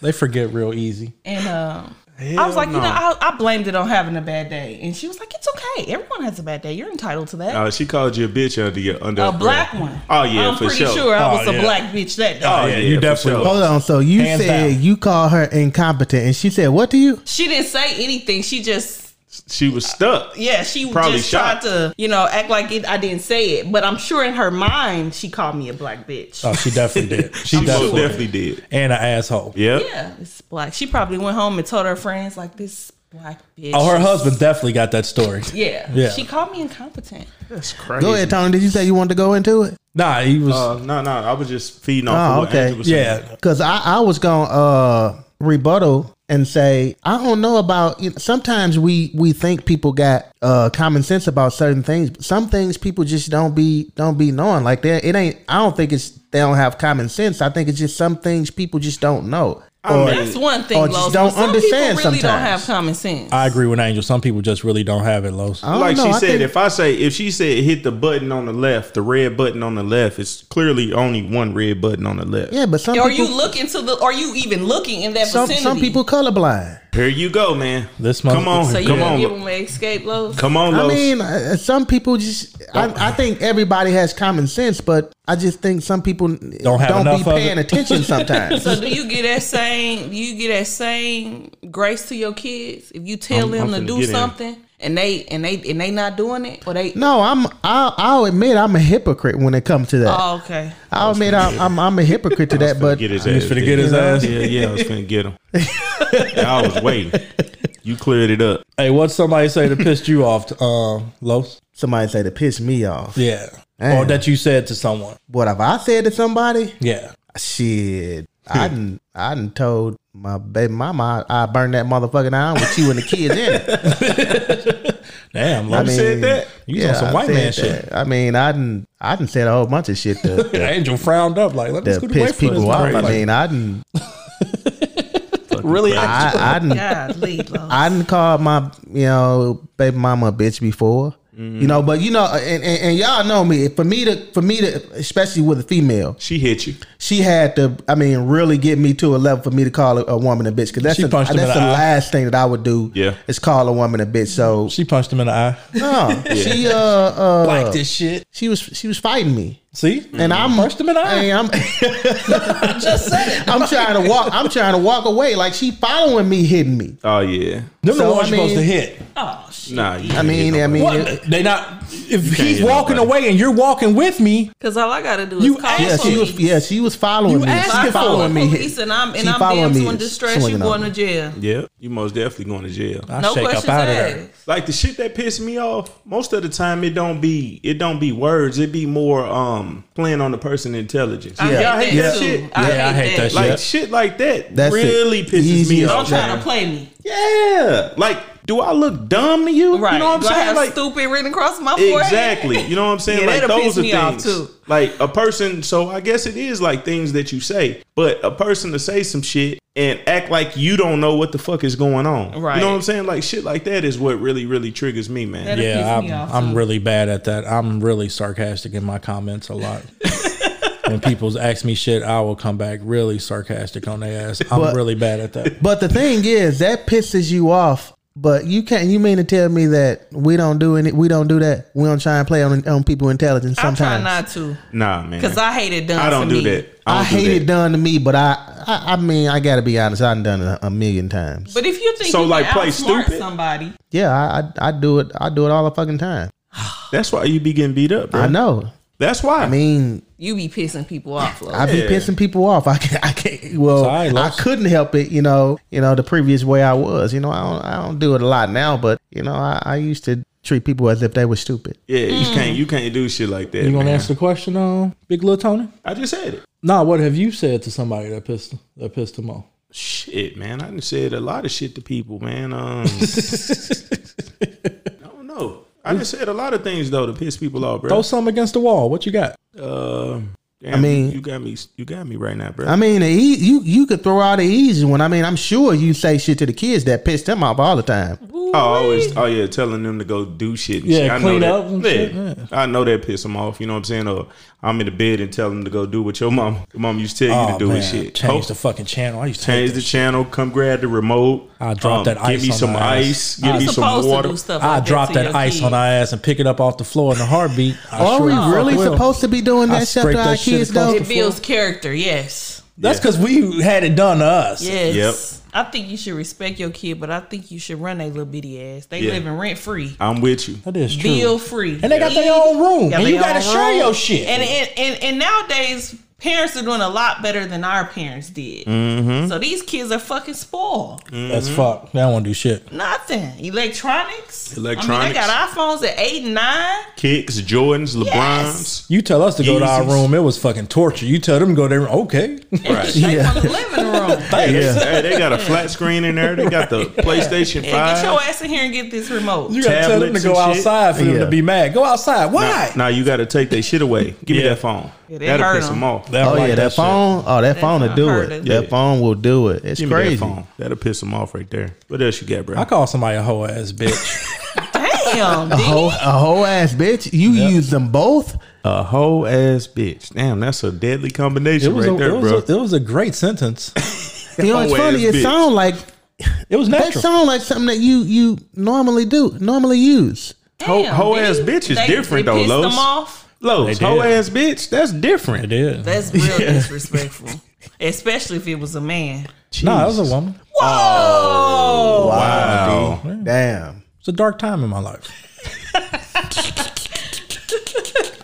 Speaker 3: They forget real easy.
Speaker 6: and um, I was like, you know, I, I blamed it on having a bad day, and she was like, it's okay. Everyone has a bad day. You're entitled to that.
Speaker 4: Uh, she called you a bitch under your under
Speaker 6: a black one.
Speaker 4: Oh yeah,
Speaker 6: I'm
Speaker 4: for
Speaker 6: pretty
Speaker 4: sure.
Speaker 6: sure I
Speaker 3: Oh,
Speaker 6: was a
Speaker 3: yeah.
Speaker 6: black bitch that day.
Speaker 4: Oh
Speaker 3: yeah,
Speaker 4: yeah,
Speaker 3: you
Speaker 4: for
Speaker 3: definitely
Speaker 4: sure.
Speaker 5: Hold on. So you
Speaker 3: Hands
Speaker 5: said
Speaker 3: down.
Speaker 5: you called her incompetent, and she said, "What do you?"
Speaker 6: She didn't say anything. She just
Speaker 4: She was stuck.
Speaker 6: Yeah, she
Speaker 4: Probably
Speaker 6: just
Speaker 4: shocked.
Speaker 6: tried to, you know, act like it, I didn't say it, but I'm sure in her mind she called me a black bitch.
Speaker 3: Oh, she definitely did. She
Speaker 4: She most
Speaker 3: definitely,
Speaker 4: definitely did.
Speaker 3: and an asshole.
Speaker 4: Yep.
Speaker 6: yeah, it's black. She probably went home and told her friends like this black bitch.
Speaker 3: Oh, her
Speaker 6: is-
Speaker 3: husband definitely got that story.
Speaker 6: Yeah,
Speaker 3: Yeah.
Speaker 6: She called me incompetent.
Speaker 4: That's crazy.
Speaker 5: Go ahead, Tony. Did you say you wanted to go into it?
Speaker 3: Nah, he was.
Speaker 4: Uh, no, no, I was just feeding off
Speaker 5: Oh,
Speaker 4: of what
Speaker 5: okay.
Speaker 4: Angela was saying.
Speaker 3: yeah,
Speaker 5: Because I, I was going to uh, rebuttal and say, I don't know about, you know, sometimes we, we think people got uh, common sense about certain things. But some things people just don't be, don't be knowing. Like that, it ain't, I don't think it's, they don't have common sense. I think it's just some things people just don't know. Or,
Speaker 4: mean-
Speaker 6: That's one thing.
Speaker 5: Or just
Speaker 6: Lois,
Speaker 5: don't
Speaker 6: but some
Speaker 5: understand
Speaker 6: people really don't
Speaker 5: sometimes.
Speaker 6: have common sense.
Speaker 3: I agree with Angel. Some people just really don't have it, Los.
Speaker 5: I don't
Speaker 4: Like
Speaker 5: know,
Speaker 4: she
Speaker 5: I
Speaker 4: said,
Speaker 5: think-
Speaker 4: if I say if she said hit the button on the left, the red button on the left, it's clearly only one red button on the left.
Speaker 5: yeah, but some
Speaker 6: Are
Speaker 5: people,
Speaker 6: you looking to the? Are you even looking in that
Speaker 5: some,
Speaker 6: vicinity?
Speaker 5: some people colorblind.
Speaker 4: Here you go, man.
Speaker 3: This
Speaker 4: come
Speaker 3: mother-
Speaker 4: on,
Speaker 6: So you
Speaker 4: come
Speaker 6: gonna
Speaker 4: on,
Speaker 6: give them an escape, Lois?
Speaker 4: come on,
Speaker 5: I
Speaker 4: Los.
Speaker 5: mean, uh, some people just. I, I think everybody has common sense, but I just think some people don't,
Speaker 3: have
Speaker 5: be
Speaker 3: enough of it.
Speaker 5: paying attention sometimes.
Speaker 6: So do you get that same you get that same grace to your kids if you tell
Speaker 4: I'm-
Speaker 6: them
Speaker 4: I'm finna
Speaker 6: to do
Speaker 4: get in.
Speaker 6: something and they and they and they not doing it or they
Speaker 5: no, I'm. I'll, I'll admit I'm a hypocrite when it comes to that.
Speaker 6: oh, okay
Speaker 5: I'll admit I'm, I'm. I'm a hypocrite to that,
Speaker 4: Finna
Speaker 5: but
Speaker 4: get his
Speaker 3: He was
Speaker 4: ass.
Speaker 3: finna get his ass.
Speaker 4: Yeah, yeah, I was finna get him. I was waiting. You cleared it up.
Speaker 3: Hey, what'd somebody say that pissed you off, um, Los?
Speaker 5: somebody say to piss me off.
Speaker 3: Yeah. Or
Speaker 5: Damn.
Speaker 3: that you said to someone.
Speaker 5: What have I said to somebody?
Speaker 3: Yeah.
Speaker 5: Shit, I didn't. I didn't told my baby mama I, I burned that motherfucker down with you and the kids in it.
Speaker 3: Damn,
Speaker 5: I
Speaker 3: Los.
Speaker 5: mean,
Speaker 4: said that?
Speaker 3: You on some
Speaker 5: I
Speaker 3: white
Speaker 5: said
Speaker 3: man shit.
Speaker 5: that. I mean, I didn't. I didn't said a whole bunch of shit to
Speaker 3: Angel frowned up like, let me
Speaker 5: that
Speaker 3: scoot away
Speaker 5: piss
Speaker 3: from this.
Speaker 5: people off. I
Speaker 3: motherfucker.
Speaker 5: mean, I didn't,
Speaker 3: really?
Speaker 5: I, I didn't,
Speaker 6: God lead Lord.
Speaker 5: I didn't call my, you know, baby mama a bitch before. You know, but you know, and, and, and y'all know me. For me to, for me to, especially with a female,
Speaker 4: She hit you.
Speaker 5: she had to. I mean, really get me to a level for me to call a, a woman a bitch because that's
Speaker 3: She
Speaker 5: the, that's
Speaker 3: punched
Speaker 5: the
Speaker 3: him in the eye.
Speaker 5: last thing that I would do.
Speaker 4: Yeah.
Speaker 5: is call a woman a bitch. So
Speaker 3: she punched him in the eye.
Speaker 5: no, she uh, uh
Speaker 3: Like this shit.
Speaker 5: she was she was fighting me,
Speaker 3: See?
Speaker 5: and I'm
Speaker 3: punched him in the eye.
Speaker 5: Mm. Hey, I'm
Speaker 6: just said it
Speaker 5: I'm trying to walk. I'm trying to walk away. Like she following me, hitting me.
Speaker 4: Oh yeah.
Speaker 3: Them the
Speaker 5: So,
Speaker 3: ones you're
Speaker 5: I
Speaker 3: supposed to
Speaker 5: mean-
Speaker 3: hit.
Speaker 6: oh shit
Speaker 4: Nah. You
Speaker 5: I
Speaker 4: ain't hit
Speaker 5: mean, I
Speaker 4: nobody.
Speaker 5: mean, it-
Speaker 3: What? They not. If
Speaker 4: can't
Speaker 3: he's
Speaker 4: hit
Speaker 3: walking
Speaker 4: nobody.
Speaker 3: away and you're walking with me,
Speaker 6: because all I gotta do is
Speaker 3: You
Speaker 6: call
Speaker 5: yeah, she was.
Speaker 6: police
Speaker 5: Yeah, she was following
Speaker 3: You
Speaker 5: me.
Speaker 3: asking
Speaker 5: she
Speaker 3: for
Speaker 5: was following
Speaker 3: it.
Speaker 5: me.
Speaker 6: police and I'm
Speaker 5: She
Speaker 6: and I'm
Speaker 5: following
Speaker 6: damn
Speaker 5: me,
Speaker 6: to in distress you
Speaker 5: swinging on
Speaker 6: going to
Speaker 5: me.
Speaker 6: jail
Speaker 4: Yeah, you most definitely going to jail.
Speaker 3: I
Speaker 6: no
Speaker 3: shake up
Speaker 6: questions
Speaker 3: out of there.
Speaker 6: asked
Speaker 4: Like the shit that pissed me off, most of the time it don't be it don't be words, it be more um playing on the person intelligence.
Speaker 6: I
Speaker 4: Y'all hate
Speaker 6: hate
Speaker 4: that
Speaker 6: that
Speaker 4: shit.
Speaker 6: too I
Speaker 3: Yeah, I hate
Speaker 6: hate
Speaker 3: that
Speaker 6: that
Speaker 4: Like
Speaker 3: Yeah.
Speaker 4: shit like that
Speaker 5: That's
Speaker 4: really
Speaker 5: it.
Speaker 4: pisses me
Speaker 5: Easy as
Speaker 6: don't
Speaker 4: off.
Speaker 6: try to
Speaker 5: Yeah.
Speaker 6: play me
Speaker 4: Yeah. Like, do I look dumb to you?
Speaker 6: right
Speaker 4: You know what I'm
Speaker 6: do I
Speaker 4: saying?
Speaker 6: have
Speaker 4: Like
Speaker 6: stupid written across my forehead
Speaker 4: Exactly. You know what I'm saying?
Speaker 6: Yeah,
Speaker 4: like
Speaker 6: that'll
Speaker 4: those
Speaker 6: piss
Speaker 4: are
Speaker 6: me off,
Speaker 4: things.
Speaker 6: too.
Speaker 4: Like a person, so I guess it is like things that you say, but a person to say some shit and act like you don't know what the fuck is going on. You
Speaker 6: Right.
Speaker 4: know what I'm saying? Like shit like that is what really, really triggers me, man.
Speaker 6: That'll piss
Speaker 3: Yeah, I'm,
Speaker 6: me off,
Speaker 3: I'm
Speaker 6: too.
Speaker 3: really bad at that. I'm really sarcastic in my comments a lot. when people ask me shit, I will come back really sarcastic on their ass. I'm
Speaker 5: But-
Speaker 3: really bad at that.
Speaker 5: But the thing is, that pisses you off. But you can't. You mean to tell me that we don't do any? We don't do that. We don't try and play on on people intelligence.
Speaker 6: I
Speaker 5: Sometimes
Speaker 6: try not to
Speaker 4: Nah, man.
Speaker 6: because I hate it done
Speaker 4: I don't
Speaker 6: to
Speaker 4: do
Speaker 6: me.
Speaker 4: that. I,
Speaker 5: I
Speaker 4: don't do
Speaker 5: hate
Speaker 4: that.
Speaker 5: it done to me, but I, I, I mean, I gotta be honest. I've done it a, a million times.
Speaker 6: But if you think
Speaker 4: So,
Speaker 6: you
Speaker 4: like,
Speaker 6: can
Speaker 4: play
Speaker 6: outsmart
Speaker 4: stupid?
Speaker 6: somebody,
Speaker 5: yeah, I, I, I do it. I do it all the fucking time.
Speaker 4: That's why you be getting beat up, bro.
Speaker 5: I know.
Speaker 4: That's why.
Speaker 5: I mean,
Speaker 6: You be pissing people off, Lo.
Speaker 5: I be
Speaker 4: Yeah.
Speaker 5: pissing people off. I can't. I can't. Well,
Speaker 3: all right,
Speaker 5: I
Speaker 3: Los.
Speaker 5: couldn't help it. You know. You know the previous way I was. You know, I don't. I don't do it a lot now, but you know, I, I used to treat people as if they were stupid.
Speaker 4: yeah, you can't you can't do shit like that.
Speaker 3: You gonna
Speaker 4: man.
Speaker 3: answer the question on Big Little Tony?
Speaker 4: I just said it.
Speaker 3: Nah, what have you said to somebody that pissed that pissed him off?
Speaker 4: Shit, man. I done said a lot of shit to people, man. Um, I don't know. I done said a lot of things though to piss people off, bro.
Speaker 3: Throw something against the wall. What you got?
Speaker 4: Uh, damn,
Speaker 5: mean-
Speaker 4: you got me. You got me right now, bro.
Speaker 5: I mean, the ea- you you could throw out the easy one. I mean, I'm sure you say shit to the kids that pissed them off all the time.
Speaker 4: oh, I always. Oh yeah, telling them to go do shit. And
Speaker 3: Yeah,
Speaker 4: shit. I
Speaker 3: clean
Speaker 4: know
Speaker 3: up and
Speaker 4: that,
Speaker 3: shit,
Speaker 4: yeah, I know that piss them off. You know what I'm saying? Or I'm in the bed and tell them to go do what your mom, your mom used to tell you to do and shit.
Speaker 3: Change
Speaker 4: Oh,
Speaker 3: the fucking channel. I used to
Speaker 4: change
Speaker 3: change
Speaker 4: the channel. Come grab the remote. Um,
Speaker 3: I dropped that ice
Speaker 4: Give me
Speaker 3: on
Speaker 4: some
Speaker 3: the
Speaker 4: ice.
Speaker 3: ice.
Speaker 4: Give
Speaker 3: I-
Speaker 4: me some
Speaker 6: supposed to
Speaker 4: water.
Speaker 6: do stuff.
Speaker 3: I
Speaker 6: like
Speaker 3: dropped
Speaker 6: that,
Speaker 3: that ice on our ass and pick it up off the floor in a heartbeat. I
Speaker 5: Are
Speaker 3: sure
Speaker 5: we
Speaker 3: the fuck
Speaker 5: really
Speaker 3: will.
Speaker 5: supposed to be doing
Speaker 3: I
Speaker 5: that stuff
Speaker 3: scraped
Speaker 5: to our
Speaker 3: that shit
Speaker 5: kids
Speaker 3: across
Speaker 5: though?
Speaker 3: the
Speaker 6: It builds character. Yes.
Speaker 3: That's because we had it done to us.
Speaker 6: Yes. I think you should respect your kid, but I think you should run their little bitty ass. They
Speaker 4: Yeah.
Speaker 6: living rent free.
Speaker 4: I'm with you.
Speaker 3: That is true.
Speaker 6: Bill free.
Speaker 3: And they got their own room.
Speaker 6: Got
Speaker 3: And
Speaker 6: their
Speaker 3: you gotta
Speaker 6: own
Speaker 3: share
Speaker 6: room.
Speaker 3: your shit.
Speaker 6: And and, and and nowadays parents are doing a lot better than our parents did.
Speaker 4: Mm-hmm.
Speaker 6: So these kids are fucking spoiled.
Speaker 3: That's fuck. They don't want to do shit.
Speaker 6: Nothing. Electronics. I mean,
Speaker 4: Electronics.
Speaker 6: they got iPhones at eight and nine.
Speaker 4: Kicks, Jordans, LeBrons.
Speaker 6: Yes.
Speaker 3: You tell us to go to our
Speaker 4: Jesus.
Speaker 3: room, it was fucking torture. You tell them to go there, okay.
Speaker 4: Right.
Speaker 6: They from the living room.
Speaker 4: Hey, hey, they got a flat screen in there. They got the PlayStation
Speaker 6: And get your
Speaker 4: Five.
Speaker 6: ass in here and get this remote.
Speaker 3: You gotta tell them to
Speaker 4: Tablets
Speaker 3: go
Speaker 4: and shit.
Speaker 3: outside for them
Speaker 5: Yeah.
Speaker 3: to be mad. Go outside. Why?
Speaker 4: Now, now you got to take their shit away. Give me that phone.
Speaker 6: Yeah, they
Speaker 4: That'll
Speaker 6: hurt
Speaker 4: piss
Speaker 6: 'em.
Speaker 4: them off.
Speaker 3: They don't
Speaker 5: Oh
Speaker 3: like
Speaker 5: yeah, that,
Speaker 3: shit.
Speaker 5: phone. Oh, that phone will
Speaker 6: phone
Speaker 5: do
Speaker 6: hurt
Speaker 5: it.
Speaker 6: it.
Speaker 5: That phone will do it. It's
Speaker 4: Give me
Speaker 5: crazy.
Speaker 4: that phone. That'll piss them off right there. What else you got, bro?
Speaker 3: I call somebody a hoe ass bitch.
Speaker 6: Damn,
Speaker 5: A
Speaker 6: D.
Speaker 5: whole, a whole ass bitch. You use them both.
Speaker 4: A whole ass bitch. Damn, that's a deadly
Speaker 3: It
Speaker 4: combination
Speaker 3: was,
Speaker 4: right
Speaker 3: a,
Speaker 4: there,
Speaker 3: it, was
Speaker 4: bro.
Speaker 3: a, it was a great sentence.
Speaker 5: You know, it's
Speaker 4: Whole
Speaker 5: funny.
Speaker 4: ass
Speaker 5: It
Speaker 4: bitch.
Speaker 5: sound like
Speaker 3: It was
Speaker 5: that
Speaker 3: natural.
Speaker 5: sound like something that you you normally do normally use.
Speaker 4: Ho-
Speaker 6: Damn,
Speaker 4: hoe
Speaker 6: D.
Speaker 4: ass bitch is
Speaker 6: They-
Speaker 4: different,
Speaker 6: they
Speaker 4: though,
Speaker 6: pissed
Speaker 4: Los.
Speaker 6: them off.
Speaker 4: Lowe's,
Speaker 3: They
Speaker 4: whole
Speaker 3: did.
Speaker 4: ass bitch. That's
Speaker 3: It
Speaker 4: different.
Speaker 3: did. No,
Speaker 6: That's real disrespectful, especially if it was a man.
Speaker 3: nah, it was a woman.
Speaker 4: Oh.
Speaker 6: Whoa!
Speaker 4: Wow.
Speaker 5: Damn.
Speaker 3: It's a dark time in my life.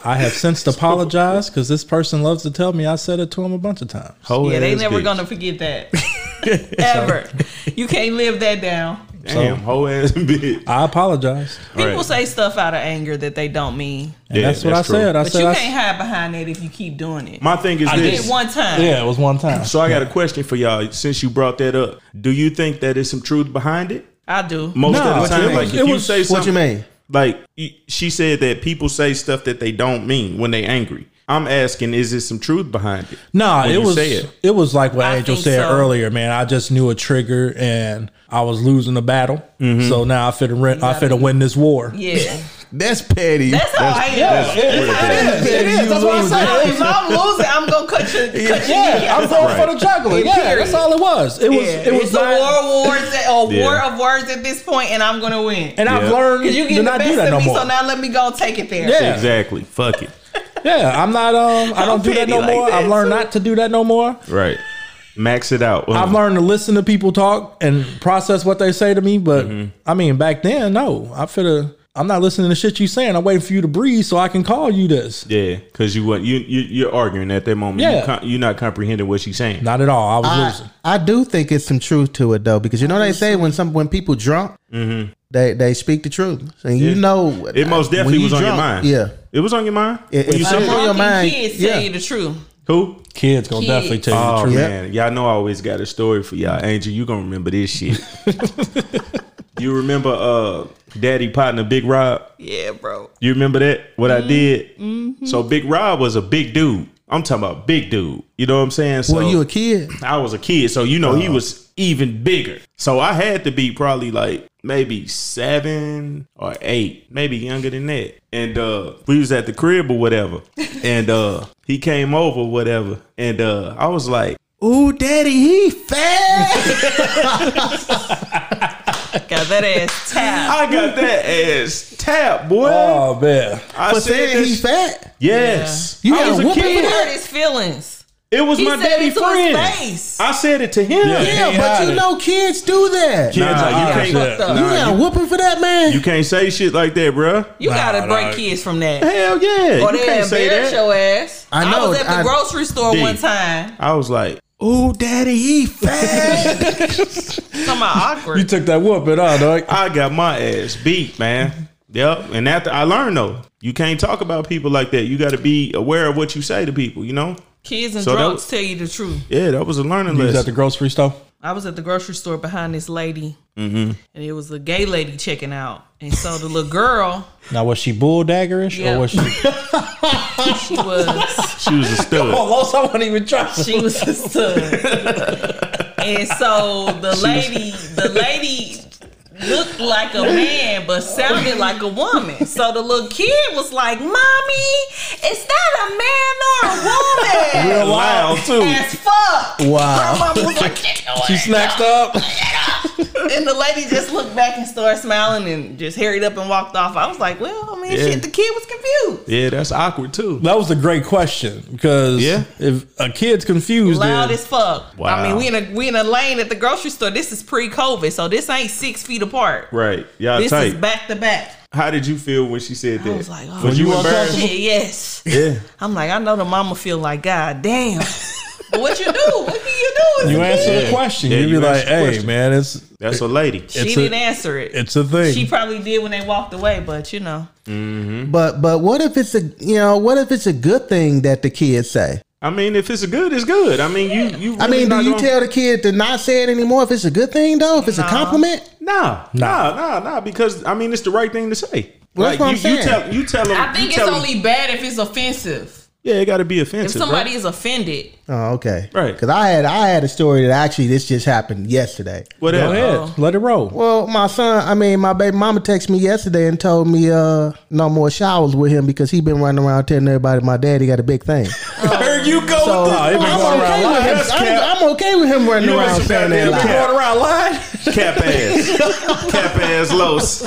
Speaker 3: I have since apologized because this person loves to tell me I said it to him a bunch of times.
Speaker 4: Whole
Speaker 6: Yeah, they
Speaker 4: ass
Speaker 6: never
Speaker 4: bitch.
Speaker 6: gonna forget that. Ever. You can't live that down.
Speaker 4: Damn, whole ass bitch.
Speaker 3: I apologized.
Speaker 6: People
Speaker 4: Right.
Speaker 6: say stuff out of anger that they don't mean.
Speaker 3: And
Speaker 4: Yeah,
Speaker 3: that's what
Speaker 4: that's
Speaker 3: I said. I
Speaker 6: But
Speaker 3: said,
Speaker 6: you
Speaker 3: I,
Speaker 6: can't hide behind that if you keep doing it.
Speaker 4: My thing is
Speaker 3: I
Speaker 4: this.
Speaker 6: Did it one time.
Speaker 3: yeah, it was one time.
Speaker 4: So I got a question for y'all. Since you brought that up, do you think that there's some truth behind it?
Speaker 6: I do.
Speaker 4: Most
Speaker 3: No,
Speaker 4: of
Speaker 3: what
Speaker 4: the
Speaker 3: you
Speaker 4: time,
Speaker 3: mean?
Speaker 4: like if
Speaker 3: It
Speaker 4: you
Speaker 3: was-
Speaker 4: say something,
Speaker 5: What you mean?
Speaker 4: like you- she said that people say stuff that they don't mean when they angry. I'm asking, is there some truth behind it?
Speaker 3: Nah,
Speaker 4: when
Speaker 3: it
Speaker 4: you
Speaker 3: was
Speaker 4: say
Speaker 3: it.
Speaker 4: it.
Speaker 3: was like what
Speaker 6: I
Speaker 3: Angel
Speaker 6: think
Speaker 3: said
Speaker 6: so.
Speaker 3: earlier, man. I just knew a trigger and I was losing the battle. So now I fit to win, I fit to win this war.
Speaker 6: Yeah.
Speaker 5: That's petty.
Speaker 6: That's how I
Speaker 3: Yeah,
Speaker 6: am.
Speaker 3: it is.
Speaker 5: is.
Speaker 3: It is. That's what I said.
Speaker 6: If I'm losing, I'm gonna cut you. Cut you.
Speaker 3: Yeah, I'm going for the juggler. Yeah,
Speaker 6: Period.
Speaker 3: that's all it was. It was. It was
Speaker 6: it's a
Speaker 3: not.
Speaker 6: war of words, at- a
Speaker 4: Yeah.
Speaker 6: war of words at this point, and I'm gonna win.
Speaker 3: And I've
Speaker 4: Yeah.
Speaker 3: learned
Speaker 6: Because you
Speaker 3: to
Speaker 6: getting the
Speaker 3: not do
Speaker 6: best
Speaker 3: that
Speaker 6: of
Speaker 3: no
Speaker 6: me,
Speaker 3: more.
Speaker 6: so now let me go take it there.
Speaker 3: Yeah.
Speaker 4: Exactly. Fuck it.
Speaker 3: yeah, I'm not. Um, I don't do that
Speaker 6: petty
Speaker 3: no
Speaker 6: like
Speaker 3: more. I've
Speaker 6: that,
Speaker 3: learned
Speaker 6: too.
Speaker 3: not to do that no more.
Speaker 4: Right. Max it out. Um,
Speaker 3: I've learned to listen to people talk and process what they say to me. But I mean, back then, no, I fit to. I'm not listening to shit you saying. I'm waiting for you to breathe so I can call you this.
Speaker 4: Yeah, because you want you, you you're arguing at that moment.
Speaker 3: Yeah.
Speaker 4: You com- you're not comprehending what she's saying.
Speaker 3: Not at all. I was losing.
Speaker 5: I, I do think it's some truth to it though, because you know they say when some when people drunk, they they speak the truth, and you know
Speaker 4: Mm-hmm. It most
Speaker 5: when
Speaker 4: definitely
Speaker 5: you
Speaker 4: was on your
Speaker 5: drunk-
Speaker 4: mind.
Speaker 5: Yeah,
Speaker 4: It was on your mind.
Speaker 5: It-
Speaker 4: when you
Speaker 5: it's-
Speaker 4: said
Speaker 5: I'm
Speaker 4: it?
Speaker 5: on- your
Speaker 6: Monkey
Speaker 5: mind.
Speaker 6: kids
Speaker 5: Yeah.
Speaker 6: tell you the truth.
Speaker 4: Who?
Speaker 3: Kids gonna
Speaker 6: Kids.
Speaker 3: definitely tell you
Speaker 4: Oh
Speaker 3: the truth.
Speaker 5: Yep.
Speaker 4: man, y'all know I always got a story for y'all. Angel, you gonna remember this shit. you remember uh Daddy Partner Big Rob?
Speaker 6: Yeah, bro.
Speaker 4: You remember that? What
Speaker 5: Mm-hmm.
Speaker 4: I did? So Big Rob was a big dude. I'm talking about big dude. You know what I'm saying? So
Speaker 5: were you a kid?
Speaker 4: I was a kid, so you know he was even bigger. So I had to be probably like maybe seven or eight, maybe younger than that. And uh we was at the crib or whatever. And uh he came over, whatever, and uh I was like,
Speaker 5: Ooh, daddy, he fat.
Speaker 6: Got that ass tapped.
Speaker 4: I got that ass tap, boy.
Speaker 3: Oh man,
Speaker 4: I
Speaker 5: For
Speaker 4: said
Speaker 5: saying
Speaker 4: that
Speaker 5: he
Speaker 4: sh-
Speaker 5: fat.
Speaker 4: Yes.
Speaker 5: You
Speaker 4: I
Speaker 5: got
Speaker 4: was a
Speaker 5: whooped
Speaker 6: He
Speaker 4: kid.
Speaker 6: hurt his feelings.
Speaker 4: It was
Speaker 6: He
Speaker 4: my
Speaker 6: said
Speaker 4: daddy
Speaker 6: it to his
Speaker 4: friend.
Speaker 6: face.
Speaker 4: I said it to him.
Speaker 3: Yeah.
Speaker 5: Yeah,
Speaker 3: Can't
Speaker 5: but
Speaker 3: hide
Speaker 5: you
Speaker 3: it.
Speaker 5: know kids do that.
Speaker 4: Kids
Speaker 3: Nah,
Speaker 4: are-
Speaker 3: you
Speaker 4: you,
Speaker 3: can't-
Speaker 4: can't,
Speaker 6: nah,
Speaker 5: you got a whooping for that, man.
Speaker 4: you can't say shit like that, bruh.
Speaker 6: You
Speaker 3: Nah,
Speaker 6: gotta break
Speaker 3: dog.
Speaker 6: kids from that.
Speaker 4: Hell yeah.
Speaker 6: or
Speaker 4: you
Speaker 6: they
Speaker 4: can't say
Speaker 6: embarrass
Speaker 4: that.
Speaker 6: your ass.
Speaker 5: I know,
Speaker 6: was at the
Speaker 5: I-
Speaker 6: grocery store
Speaker 4: Dude.
Speaker 6: one time.
Speaker 4: I was like,
Speaker 5: Ooh, daddy, he fat.
Speaker 6: Talking about awkward.
Speaker 3: You took that whooping, huh, dog?
Speaker 4: I got my ass beat, man. Yep. And after I learned though, you can't talk about people like that. You got to be aware of what you say to people. You know.
Speaker 6: kids and
Speaker 4: So that
Speaker 6: drunks
Speaker 4: was-
Speaker 6: tell you the truth.
Speaker 4: Yeah, that was a learning
Speaker 3: You was at
Speaker 4: lesson.
Speaker 3: the grocery store.
Speaker 6: I was at the grocery store behind this lady, and it was a gay lady checking out. And so the little girl,
Speaker 3: Now was she bull daggerish
Speaker 6: Yeah.
Speaker 3: or was she?
Speaker 6: she was,
Speaker 4: she was a stud.
Speaker 3: Los, Oh, I wasn't even trying.
Speaker 6: she was a stud. And so the lady, the lady looked like a man but sounded like a woman. So the little kid was like, "Mommy, is that a man or a woman?"
Speaker 3: Real
Speaker 4: Loud
Speaker 3: loud.
Speaker 4: too.
Speaker 6: as fuck.
Speaker 5: Wow.
Speaker 6: My mom was like, "Get your
Speaker 3: She
Speaker 6: ass
Speaker 3: snatched
Speaker 6: up."
Speaker 3: up.
Speaker 6: And the lady just looked back and started smiling and just hurried up and walked off. I was like, well, I mean,
Speaker 4: Yeah.
Speaker 6: shit, the kid was confused.
Speaker 4: Yeah, that's awkward too.
Speaker 3: That was a great question because
Speaker 4: Yeah.
Speaker 3: if a kid's confused,
Speaker 6: Loud
Speaker 3: then-
Speaker 6: as fuck.
Speaker 4: Wow.
Speaker 6: I mean, we in a we in a lane at the grocery store. This is pre-COVID, so this ain't six feet apart.
Speaker 4: Right. Y'all
Speaker 6: This
Speaker 4: tight.
Speaker 6: is back to back.
Speaker 4: How did you feel when she said that?
Speaker 6: was like, oh.
Speaker 4: was
Speaker 3: Were
Speaker 4: you
Speaker 3: you
Speaker 4: embarrassed?
Speaker 6: Shit, yes.
Speaker 4: Yeah.
Speaker 6: I'm like, I know the mama feel like, God damn. but what you do? What can you do? It's
Speaker 3: you
Speaker 6: a
Speaker 3: answer
Speaker 6: kid.
Speaker 3: the question.
Speaker 4: Yeah,
Speaker 3: You'd be
Speaker 4: you
Speaker 3: like,
Speaker 4: answer the
Speaker 3: "Hey,
Speaker 4: question.
Speaker 3: man, it's
Speaker 4: That's a lady.
Speaker 6: She
Speaker 3: It's a-
Speaker 6: didn't answer it.
Speaker 3: it's a thing."
Speaker 6: she probably did when they walked away, but you know.
Speaker 5: But but what if it's a you know what if it's a good thing that the kids say?
Speaker 4: I mean, if it's good, it's good. I mean, you you. Really
Speaker 5: I mean, do
Speaker 4: not
Speaker 5: you
Speaker 4: gonna-
Speaker 5: tell the kid to not say it anymore if it's a good thing though? If it's a
Speaker 6: No.
Speaker 5: compliment?
Speaker 4: Nah, nah, nah, nah. Because I mean, it's the right thing to say.
Speaker 5: Well,
Speaker 4: Like
Speaker 5: that's what
Speaker 4: you,
Speaker 5: I'm
Speaker 4: you
Speaker 5: saying.
Speaker 4: tell you tell them.
Speaker 6: I think it's only bad if it's offensive.
Speaker 4: yeah, it got to be
Speaker 6: If
Speaker 4: offensive.
Speaker 6: somebody
Speaker 4: right?
Speaker 6: is offended,
Speaker 5: Oh, okay.
Speaker 4: Right.
Speaker 5: Because I had I had a story that actually this just happened yesterday.
Speaker 3: Go
Speaker 4: whatever.
Speaker 6: Oh.
Speaker 3: ahead, let it roll.
Speaker 5: Well, my son, I mean, my baby mama texted me yesterday and told me uh no more showers with him because he been running around telling everybody my daddy got a big thing.
Speaker 3: There you go. with that. It been
Speaker 5: I'm,
Speaker 3: going around
Speaker 5: okay
Speaker 3: lying.
Speaker 5: with
Speaker 3: That's
Speaker 5: him.
Speaker 3: cap.
Speaker 5: I'm, I'm okay with him running
Speaker 4: You
Speaker 5: around
Speaker 4: ain't
Speaker 5: saying
Speaker 4: somebody that
Speaker 5: that. lie.
Speaker 4: been going
Speaker 3: around lying.
Speaker 4: Cap ass, cap ass, los.